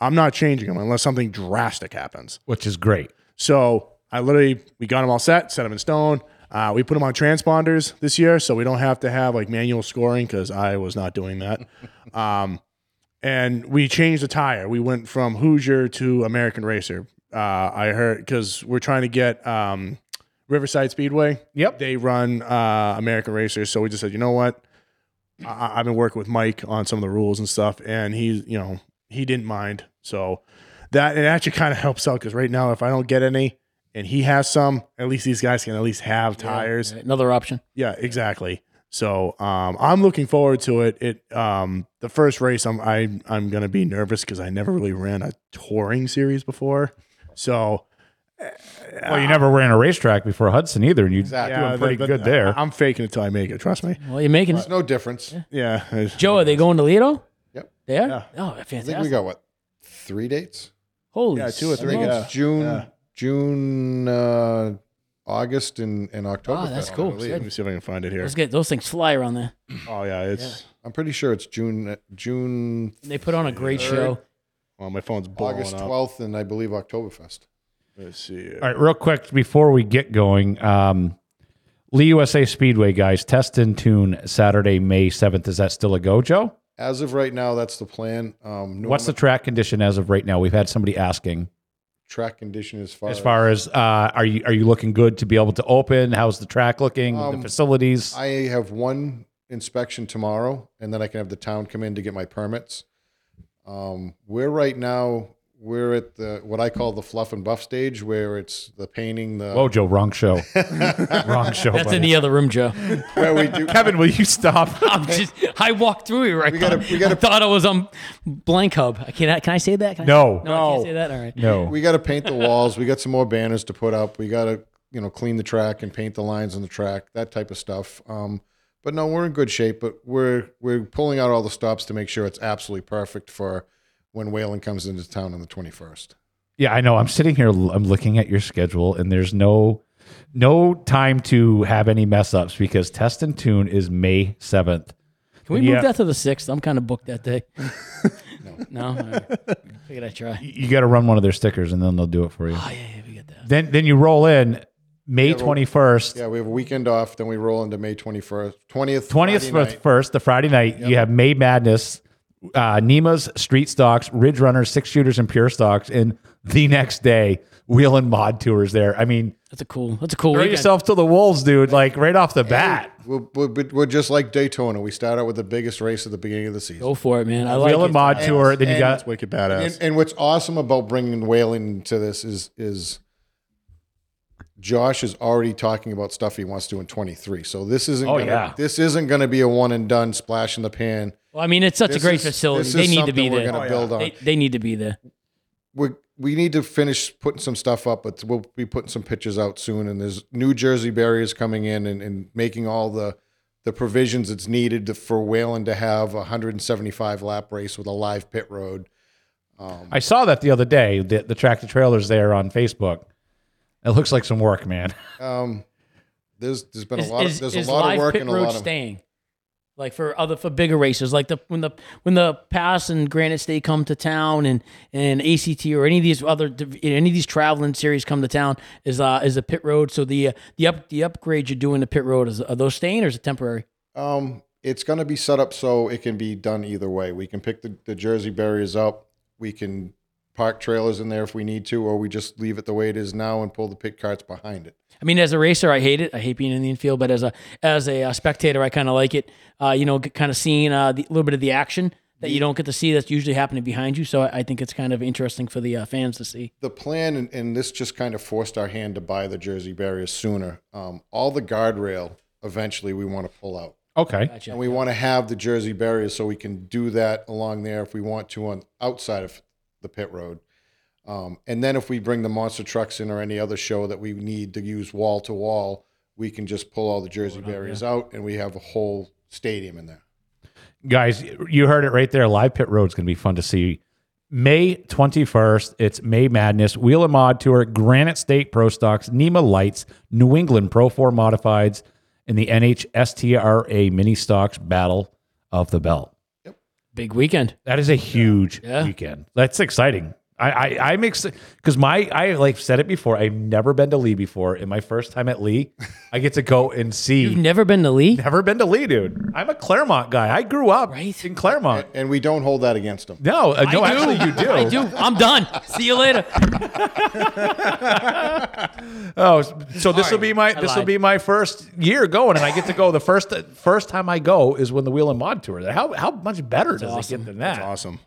S4: I'm not changing them unless something drastic happens.
S3: which is great.
S4: So I literally we got them all set, set them in stone. Uh, we put them on transponders this year, so we don't have to have like manual scoring because I was not doing that. *laughs* um, and we changed the tire. We went from Hoosier to American Racer. Uh, I heard because we're trying to get um, Riverside Speedway.
S3: Yep.
S4: they run uh, American Racers, so we just said, you know what? I- I- I've been working with Mike on some of the rules and stuff, and he's you know he didn't mind. So that it actually kind of helps out because right now if I don't get any and he has some, at least these guys can at least have tires.
S5: Yeah, Another option.
S4: Yeah, exactly. So um, I'm looking forward to it. It um, the first race I'm I, I'm gonna be nervous because I never really ran a touring series before. So
S3: Well, you never ran a racetrack before Hudson either, and you
S6: Exactly.
S3: doing
S4: but-
S3: pretty
S4: but uh,
S3: good there.
S4: I, am faking it till I make it. Trust me.
S5: Well, you're making
S6: It's
S5: it.
S6: no difference.
S4: Yeah. I-
S5: Joe, are they going to Lido?
S6: Yep.
S5: There?
S4: Yeah.
S5: Oh,
S6: I think we
S5: fantastic.
S6: got what three dates.
S5: Holy
S4: Yeah, two or three,
S6: I think
S5: smokes.
S4: yeah.
S6: it's June,
S4: yeah.
S6: June, uh, August, and and October.
S5: that's
S6: I
S5: cool.
S6: believe.
S4: Let me see if I can find it here.
S5: Let's get those things fly around there.
S4: Oh yeah, it's
S6: I'm pretty sure it's June, uh, June,
S5: And they put on a great show.
S4: well, oh, my phone's blowing
S6: August
S4: up.
S6: 12th, and I believe Oktoberfest.
S4: Let's see. here.
S3: All right, real quick before we get going, um, Lee USA Speedway guys, test in tune Saturday, May seventh. Is that still a go, Joe?
S6: As of right now, that's the plan. Um,
S3: What's the track condition as of right now? We've had somebody asking
S6: track condition as far
S3: as far as uh, are you are you looking good to be able to open? How's the track looking? the
S6: Um,
S3: facilities?
S6: I have one inspection tomorrow, and then I can have the town come in to get my permits. Um, we're right now we're at the what I call the fluff and buff stage, where it's the painting, the
S3: Whoa, Joe, wrong
S6: *laughs*
S3: show. wrong show.
S5: That's in
S3: buddy.
S5: the other room, *laughs* Joe.
S6: where we do
S3: Kevin, will
S5: *laughs*
S3: you stop?
S5: I'm just, I walked through you right
S6: We gotta-
S5: now.
S6: we gotta-
S5: I thought I was on Blank Hub. I can, I, can I say that? Can I- no, I
S3: No. No.
S5: can't say that. All right.
S3: no.
S6: we got to paint the walls. We got some more banners to put up. We got to you know clean the track and paint the lines on the track, that type of stuff. Um, but no, we're in good shape. But we're we're pulling out all the stops to make sure it's absolutely perfect for when Whalen comes into town on the twenty first.
S3: Yeah, I know. I'm sitting here. I'm looking at your schedule, and there's no no time to have any mess ups because test and tune is May seventh.
S5: Can we move
S3: Yeah.
S5: that to the sixth? I'm kind of booked that
S6: *laughs*
S5: day. no, no. All right. I gotta try.
S3: You got to run one of their stickers, and then they'll do it for you.
S5: Oh yeah, yeah, we get that.
S3: Then then you roll in May twenty first,
S6: Yeah, we have a weekend off, then we roll into May twenty first, twentieth,
S3: twentieth first, the Friday night. You have May Madness, uh, Nema's Street Stocks, Ridge Runners, Six Shooters, and Pure Stocks, and the next day Wheel and Mod tours. There, I mean,
S5: That's a cool. That's a cool.
S3: throw
S5: weekend.
S3: yourself to the wolves, dude. Like right off the bat.
S6: We're, we're, we're just like Daytona. We start out with the biggest race at the beginning of the season.
S5: Go for it, man. I like
S3: Wheel
S5: it.
S3: and Mod tour. Then you
S6: and-
S3: got
S4: wicked badass.
S6: And, and what's awesome about bringing Whalen to this is is Josh is already talking about stuff he wants to do in 23. So this isn't
S3: Oh,
S6: gonna,
S3: yeah.
S6: this isn't going to be a one and done splash in the pan.
S5: Well, I mean, it's such
S6: This
S5: a great
S6: is-
S5: facility.
S6: this
S5: They
S6: is
S5: need to
S6: something
S5: be
S6: we're
S5: there. Oh,
S6: gonna build on.
S5: They, they need to be there.
S6: we we need to finish putting some stuff up, but we'll be putting some pictures out soon. And there's New Jersey barriers coming in and, and making all the the provisions that's needed to, for Whalen to have a 175 lap race with a live pit road.
S3: I saw that the other day. The, the tractor trailers there on Facebook. It looks like some work, man. *laughs*
S6: Um, there's there's been
S5: Is,
S6: a lot
S5: is-
S6: of there's
S5: is
S6: a lot
S5: live
S6: of work
S5: pit
S6: and a
S5: road
S6: lot of
S5: staying, like for other for bigger races, like the when the when the Pass and Granite State come to town, and and ACT or any of these other div- any of these traveling series come to town, is uh is the pit road. So the uh, the up the upgrade you're doing to pit road is are those staying or is it temporary?
S6: Um, it's going to be set up so it can be done either way. We can pick the, the Jersey barriers up. We can park trailers in there if we need to, or we just leave it the way it is now and pull the pit carts behind it.
S5: I mean, as a racer, I hate it. I hate being in the infield, but as a as a uh, spectator, I kind of like it. Uh, you know, kind of seeing uh, the little bit of the action that you don't get to see that's usually happening behind you. So I, I think it's kind of interesting for the uh, fans to see.
S6: the plan, and, and this just kind of forced our hand to buy the Jersey barriers sooner. Um, all the guardrail eventually we want to pull out,
S3: Okay.
S6: and we want to have the Jersey barriers so we can do that along there if we want to on outside of the pit road. Um, and then if we bring the monster trucks in or any other show that we need to use wall to wall, we can just pull all the Jersey barriers out, and we have a whole stadium in there.
S3: Guys, you heard it right there. Live Pit Road's going to be fun to see. May 21st, it's May Madness, Wheel and Mod Tour, Granite State Pro Stocks, NEMA Lights, New England Pro 4 Modifieds, and the NHSTRA Mini Stocks Battle of the Belt.
S5: Big weekend.
S3: That is a huge
S5: Yeah.
S3: weekend. That's exciting. I, I I'm excited because my I like said it before. I've never been to Lee before, and my first time at Lee, I get to go and
S5: You've
S3: see.
S5: never been to Lee?
S3: Never been to Lee, dude. I'm a Claremont guy. I grew up
S5: Right.
S3: in Claremont.
S6: And we don't hold that against them.
S3: No, uh, no,
S5: I do.
S3: actually, you
S5: *laughs*
S3: do.
S5: I do. I'm done. See you *laughs* later.
S3: Oh, so this will be my this will
S5: lied.
S3: be my first year going, and I get to go. The first uh, first time I go is when the Wheel and Mod tour. How how much better does it get than that?
S4: Awesome.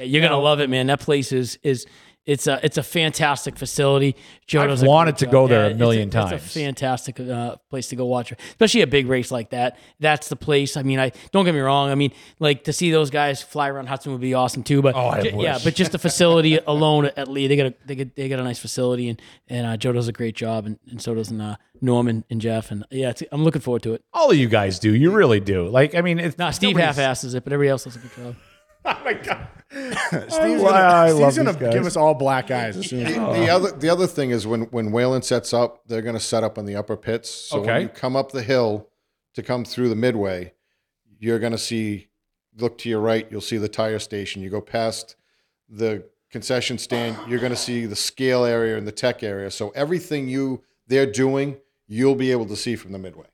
S5: You're gonna love it, man. That place is is it's a it's a fantastic facility. Joe
S3: I've
S5: does a
S3: wanted
S5: great
S3: to
S5: job.
S3: go there a
S5: it's
S3: million
S5: it's
S3: times.
S5: fantastic uh, place to go watch, especially a big race like that. That's the place. I mean, I don't get me wrong. I mean, like to see those guys fly around Hudson would be awesome too. But
S3: Oh, I
S5: ju- yeah,
S3: wish.
S5: but just the
S3: *laughs*
S5: facility alone at Lee, they got a they got, they got a nice facility, and and uh, Joe does a great job, and, and so does uh, Norm and, and Jeff, and yeah, it's, I'm looking forward to it.
S3: All of you guys do. You really do. Like I mean, it's
S5: Nah, Steve half asses it, but everybody else does a good job.
S4: Steve's
S3: Wow,
S4: gonna,
S3: I
S4: Steve's
S3: love
S4: gonna
S3: these guys.
S4: give us all black
S5: *laughs*
S4: eyes as soon Uh, as.
S6: The, the uh,
S3: Uh-huh.
S6: other the other thing is when when Whalen sets up, they're going to set up on the upper pits. So
S3: Okay.
S6: when you come up the hill to come through the midway, you're going to see. Look to your right, you'll see the tire station. You go past the concession stand, you're going to see the scale area and the tech area. So everything you they're doing, you'll be able to see from the midway.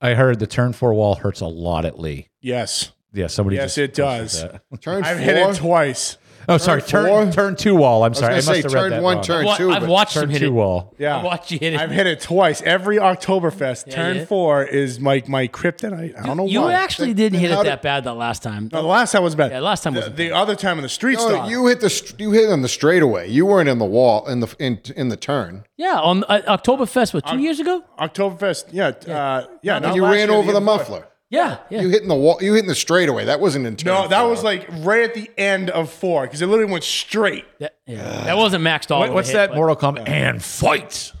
S3: I heard the turn four wall hurts a lot at Lee.
S4: Yes,
S3: Yeah, somebody.
S4: Yes,
S3: just
S4: it does.
S3: posted that.
S6: Turn
S4: I've
S6: four.
S4: hit it twice.
S3: Oh, sorry, turn
S6: four?
S3: turn two wall. I'm sorry,
S6: I
S3: I,
S6: was
S3: must
S6: going to
S3: have
S6: say
S3: read
S6: turn
S3: that
S6: one,
S3: wrong.
S6: turn
S5: Well,
S6: two.
S5: I've
S6: but
S5: watched him
S3: Turn
S5: hit
S3: two
S5: it.
S3: wall.
S5: I watched you hit it.
S4: I've hit it twice. Every Oktoberfest, turn
S5: yeah.
S4: four is like my kryptonite. I don't know
S5: You
S4: why.
S5: actually
S6: Then-
S5: didn't
S6: then
S5: hit it
S6: how did-
S5: that bad that last time.
S4: No, the last time was bad.
S5: Yeah, last time
S4: the,
S5: wasn't
S4: the other time in the street
S6: No,
S4: stop.
S6: you hit the str- you hit on the straightaway. You weren't in the wall in the in in the turn.
S5: Yeah, on uh, Oktoberfest, what, two years ago?
S4: Oktoberfest. Yeah, yeah. Uh, yeah not
S6: You
S4: last
S6: ran
S4: year,
S6: over
S4: year
S6: the
S4: before.
S6: muffler.
S5: Yeah, yeah.
S6: You hitting the wall. You hitting the straightaway. That wasn't in turn.
S4: No, that
S6: four.
S4: was like right at the end of four because it literally went straight.
S5: that, yeah. that wasn't maxed all.
S3: What,
S5: the
S3: what's
S5: way
S3: that?
S5: hit,
S3: Mortal Kombat
S5: *laughs*
S3: and fight.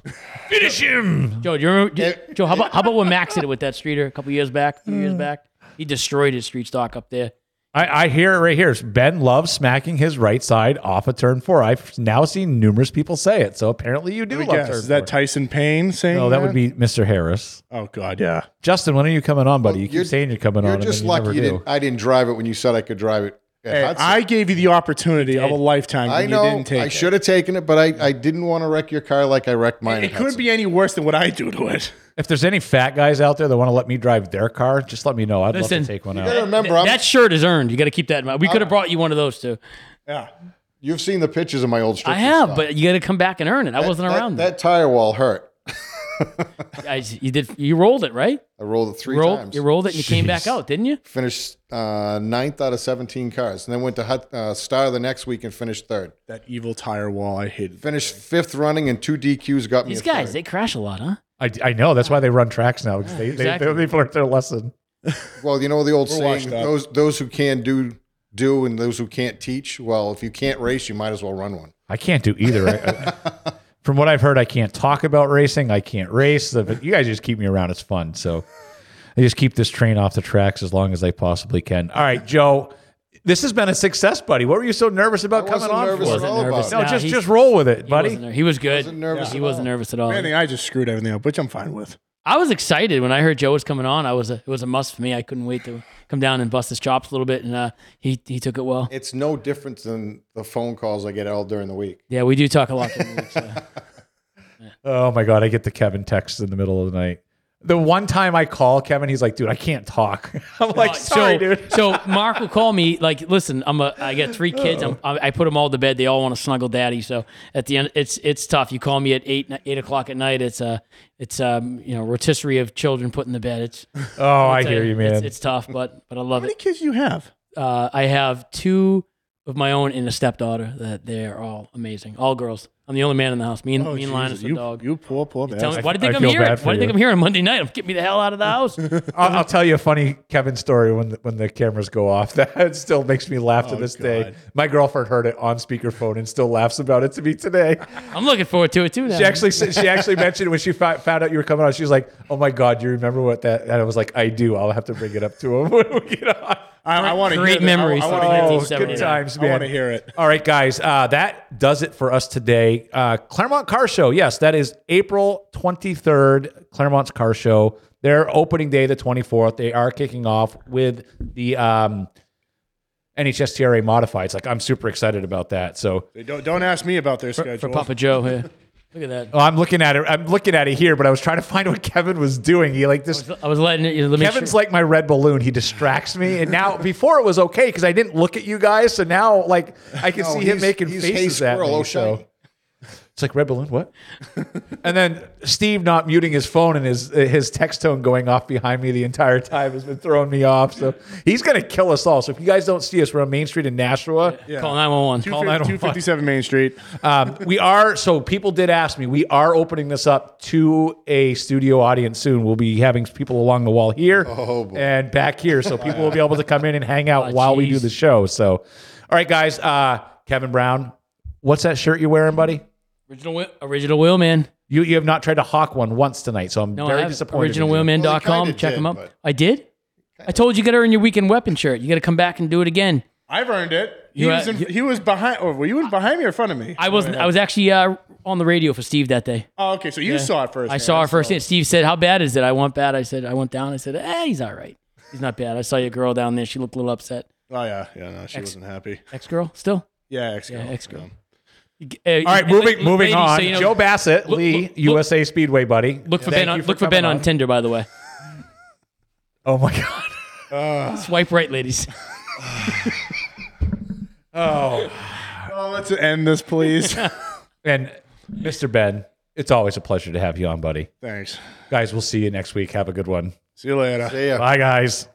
S3: Finish him.
S5: but- Joe, do you remember? do- Joe, how about how about when Max hit it with that streeter a couple years back? Few years back, he destroyed his street stock up there.
S3: I, I hear it right here. Ben loves smacking his right side off a turn four. I've now seen numerous people say it. So apparently you do
S4: Let me
S3: love
S4: guess,
S3: turn
S4: Is that
S3: four.
S4: Tyson Payne saying?
S3: no, that would be Mr. Harris.
S4: Oh God, yeah.
S3: Justin, when are you coming on, buddy? You
S6: you're-
S3: keep saying you're coming on.
S6: You're
S3: and
S6: just
S3: then you
S6: lucky
S3: never
S6: you
S3: do.
S6: didn't, I didn't drive it when you said I could drive it. At
S4: Hey,
S6: Hudson.
S4: I gave you the opportunity of a lifetime.
S6: I
S4: and
S6: know
S4: You didn't take
S6: I
S4: it.
S6: should have taken it, but I, I didn't want to wreck your car like I wrecked mine.
S4: It
S6: at
S4: couldn't
S6: Hudson.
S4: be any worse than what I do to it.
S3: If there's any fat guys out there that want to let me drive their car, just let me know. I'd
S5: Listen,
S3: love to take one
S6: You
S3: out.
S6: gotta remember,
S5: Th-
S6: I'm,
S5: that shirt is earned. You got to keep that in mind. We could have brought you one of those too.
S4: Yeah.
S6: you've seen the pictures of my old.
S5: I have, but you got to come back and earn it. I wasn't around.
S6: That, tire wall hurt.
S5: I, you did. You rolled it right.
S6: I rolled it three
S5: Roll-
S6: times.
S5: You rolled it and you came back out, didn't you?
S6: Finished uh, ninth out of 17 cars. And then went to Hut, uh, Star the next week and finished third.
S4: That evil tire wall. I hated.
S6: Finished fifth running and two DQs got me
S5: These
S6: a
S5: guys,
S6: third.
S5: they crash a lot, huh?
S3: I, I know that's why they run tracks now because they,
S5: exactly.
S3: they, they've learned their lesson.
S6: Well, you know the old
S4: We're
S6: saying:
S4: washed up.
S6: those those who can do do, and those who can't teach. Well, if you can't race, you might as well run one.
S3: I can't do either. I,
S6: *laughs*
S3: I- from what I've heard, I can't talk about racing. I can't race. The- But you guys just keep me around. It's fun. So I just keep this train off the tracks as long as I possibly can. All right, Joe. This has been a success, buddy. What were you so nervous about
S6: I
S3: coming
S6: wasn't
S3: on
S6: nervous
S3: for?
S6: at all
S5: nervous.
S6: about
S3: No,
S5: Nah,
S3: just
S5: he's-
S3: just roll with it,
S5: He
S3: buddy.
S5: wasn't ner- He was good.
S6: wasn't nervous
S5: He
S6: at
S5: wasn't
S6: all.
S5: nervous at all.
S4: I think I just screwed everything up, which I'm fine with.
S5: I was excited when I heard Joe was coming on. I was a, it was a must for me. I couldn't wait to come down and bust his chops a little bit, and uh, he he took it well.
S6: It's no different than the phone calls I get all during the week.
S5: Yeah, we do talk a lot. during the week, so.
S3: Oh my god, I get the Kevin text in the middle of the night. The one time I call Kevin, he's like, "Dude, I can't talk." *laughs* I'm *laughs* like,
S5: Uh,
S3: "Sorry,
S5: so, *laughs*
S3: dude."
S5: so Mark will call me like, listen, I'm a, I got three kids. I'm, I I put them all to bed. They all want to snuggle daddy. So at the end, it's it's tough. You call me at eight eight o'clock at night. It's uh, it's um, you know rotisserie of children put in the bed. It's
S3: Oh, I
S5: it's a-
S3: hear you, man.
S5: It's, it's tough, but but I love
S4: How
S5: it.
S4: many kids do you have?
S5: Uh, I have two of my own and a stepdaughter. That they are all amazing, all girls. I'm the only man in the house. Me
S3: Oh,
S5: and me and Linus the
S4: you,
S5: dog.
S4: you poor, poor
S5: Tell me,
S4: bastard.
S5: why do you think
S3: I
S5: I'm
S3: feel
S5: here? Why
S3: bad
S5: do
S3: for
S5: you think
S3: you.
S5: I'm here on Monday night? I'm getting me the hell out of the
S3: *laughs*
S5: house.
S3: I'll, I'll tell you a funny Kevin story when when the cameras go off. *laughs* That still makes me laugh to
S4: Oh,
S3: this
S4: God.
S3: day. My girlfriend heard it on speakerphone and still laughs about it to me today.
S5: I'm looking forward to it too. Now.
S3: She actually said- she actually mentioned when she fou- found out you were coming on. She was like, "Oh my God, you remember what that?" And I was like, "I do. I'll have to bring it up to him *laughs* when we get on."
S4: I, I want to hear
S5: Great
S4: that. I-
S5: memories.
S4: I,
S5: from
S4: wanna hear
S3: Oh,
S5: 1979.
S3: good times,
S4: I
S3: man.
S4: want to hear it.
S3: All right, guys, uh, that does it for us today. Uh, Claremont Car Show, yes, that is April 23rd, Claremont's Car Show. Their opening day, the 24th, they are kicking off with the um, NHSTRA modifieds. Like, I'm super excited about that. So
S4: They don't, don't ask me about their schedule.
S5: for Papa Joe. Yeah. Look at that.
S3: oh, I'm looking at it. I'm looking at it here, but I was trying to find what Kevin was doing. He like this.
S5: I was letting it. You know, let me
S3: Kevin's like my red balloon. He distracts me. And now, before it was okay because I didn't look at you guys. So now, like, I can
S6: No,
S3: see him
S6: he's-
S3: making
S6: he's
S3: faces
S6: hay
S3: at
S6: squirrel,
S3: me.
S6: oh,
S3: so.
S6: shiny.
S3: It's like red balloon. What? *laughs* and then Steve not muting his phone and his uh, his text tone going off behind me the entire time has been throwing me off. So he's gonna kill us all. So if you guys don't see us, we're on Main Street in Nashua.
S5: call nine oh one one. Call
S4: 250 257 Main Street.
S3: Um, we are so people did ask me. We are opening this up to a studio audience soon. We'll be having people along the wall here and back here, so people will be able to come in and hang
S5: Ah,
S3: out while we do
S5: geez.
S3: the show. So, all right, guys. Uh, Kevin Brown, what's that shirt you're wearing, buddy?
S5: Original Will, original Will Man.
S3: You you have not tried to hawk one once tonight, so I'm
S5: No, I
S3: very
S5: have
S3: disappointed. in you.
S5: originalwillman.com.
S6: Well, you kinda
S5: Check
S6: did,
S5: them up.
S6: but-
S5: I did. I told you, got to earn your weekend weapon shirt. You got to come back and do it again.
S4: I've earned it. He,
S5: You-
S4: was, in,
S5: you-
S4: he was behind. Or were you in behind me or in front of me?
S5: I was I was actually uh, on the radio for Steve that day.
S4: Oh, okay. So you saw it first.
S5: I saw her first. hand. Steve said, "How bad is it?" I went bad. I said, "I went down." I said, "Eh, he's all right. He's not bad." I saw your girl down there. She looked a little upset.
S4: Oh yeah, yeah. No, she wasn't happy.
S5: Ex girl, still. eh,
S4: Yeah, ex girl.
S5: Yeah, ex-girl.
S4: Um,
S3: All right, moving moving on. Joe Bassett,
S5: look-
S3: Lee,
S5: look- look-
S3: USA Speedway buddy.
S5: Look for
S3: Thank
S5: Ben. On,
S3: you
S5: look for Ben
S3: coming
S5: on Tinder, by the way.
S3: Oh my
S5: *laughs*
S3: god.
S5: Swipe right, ladies.
S4: oh, let's end this, please.
S3: And Mr. Ben, it's always a pleasure to have you on, buddy.
S4: Thanks.
S3: Guys, we'll see you next week. Have a good one.
S4: See you later.
S6: Yeah.
S3: Bye, guys.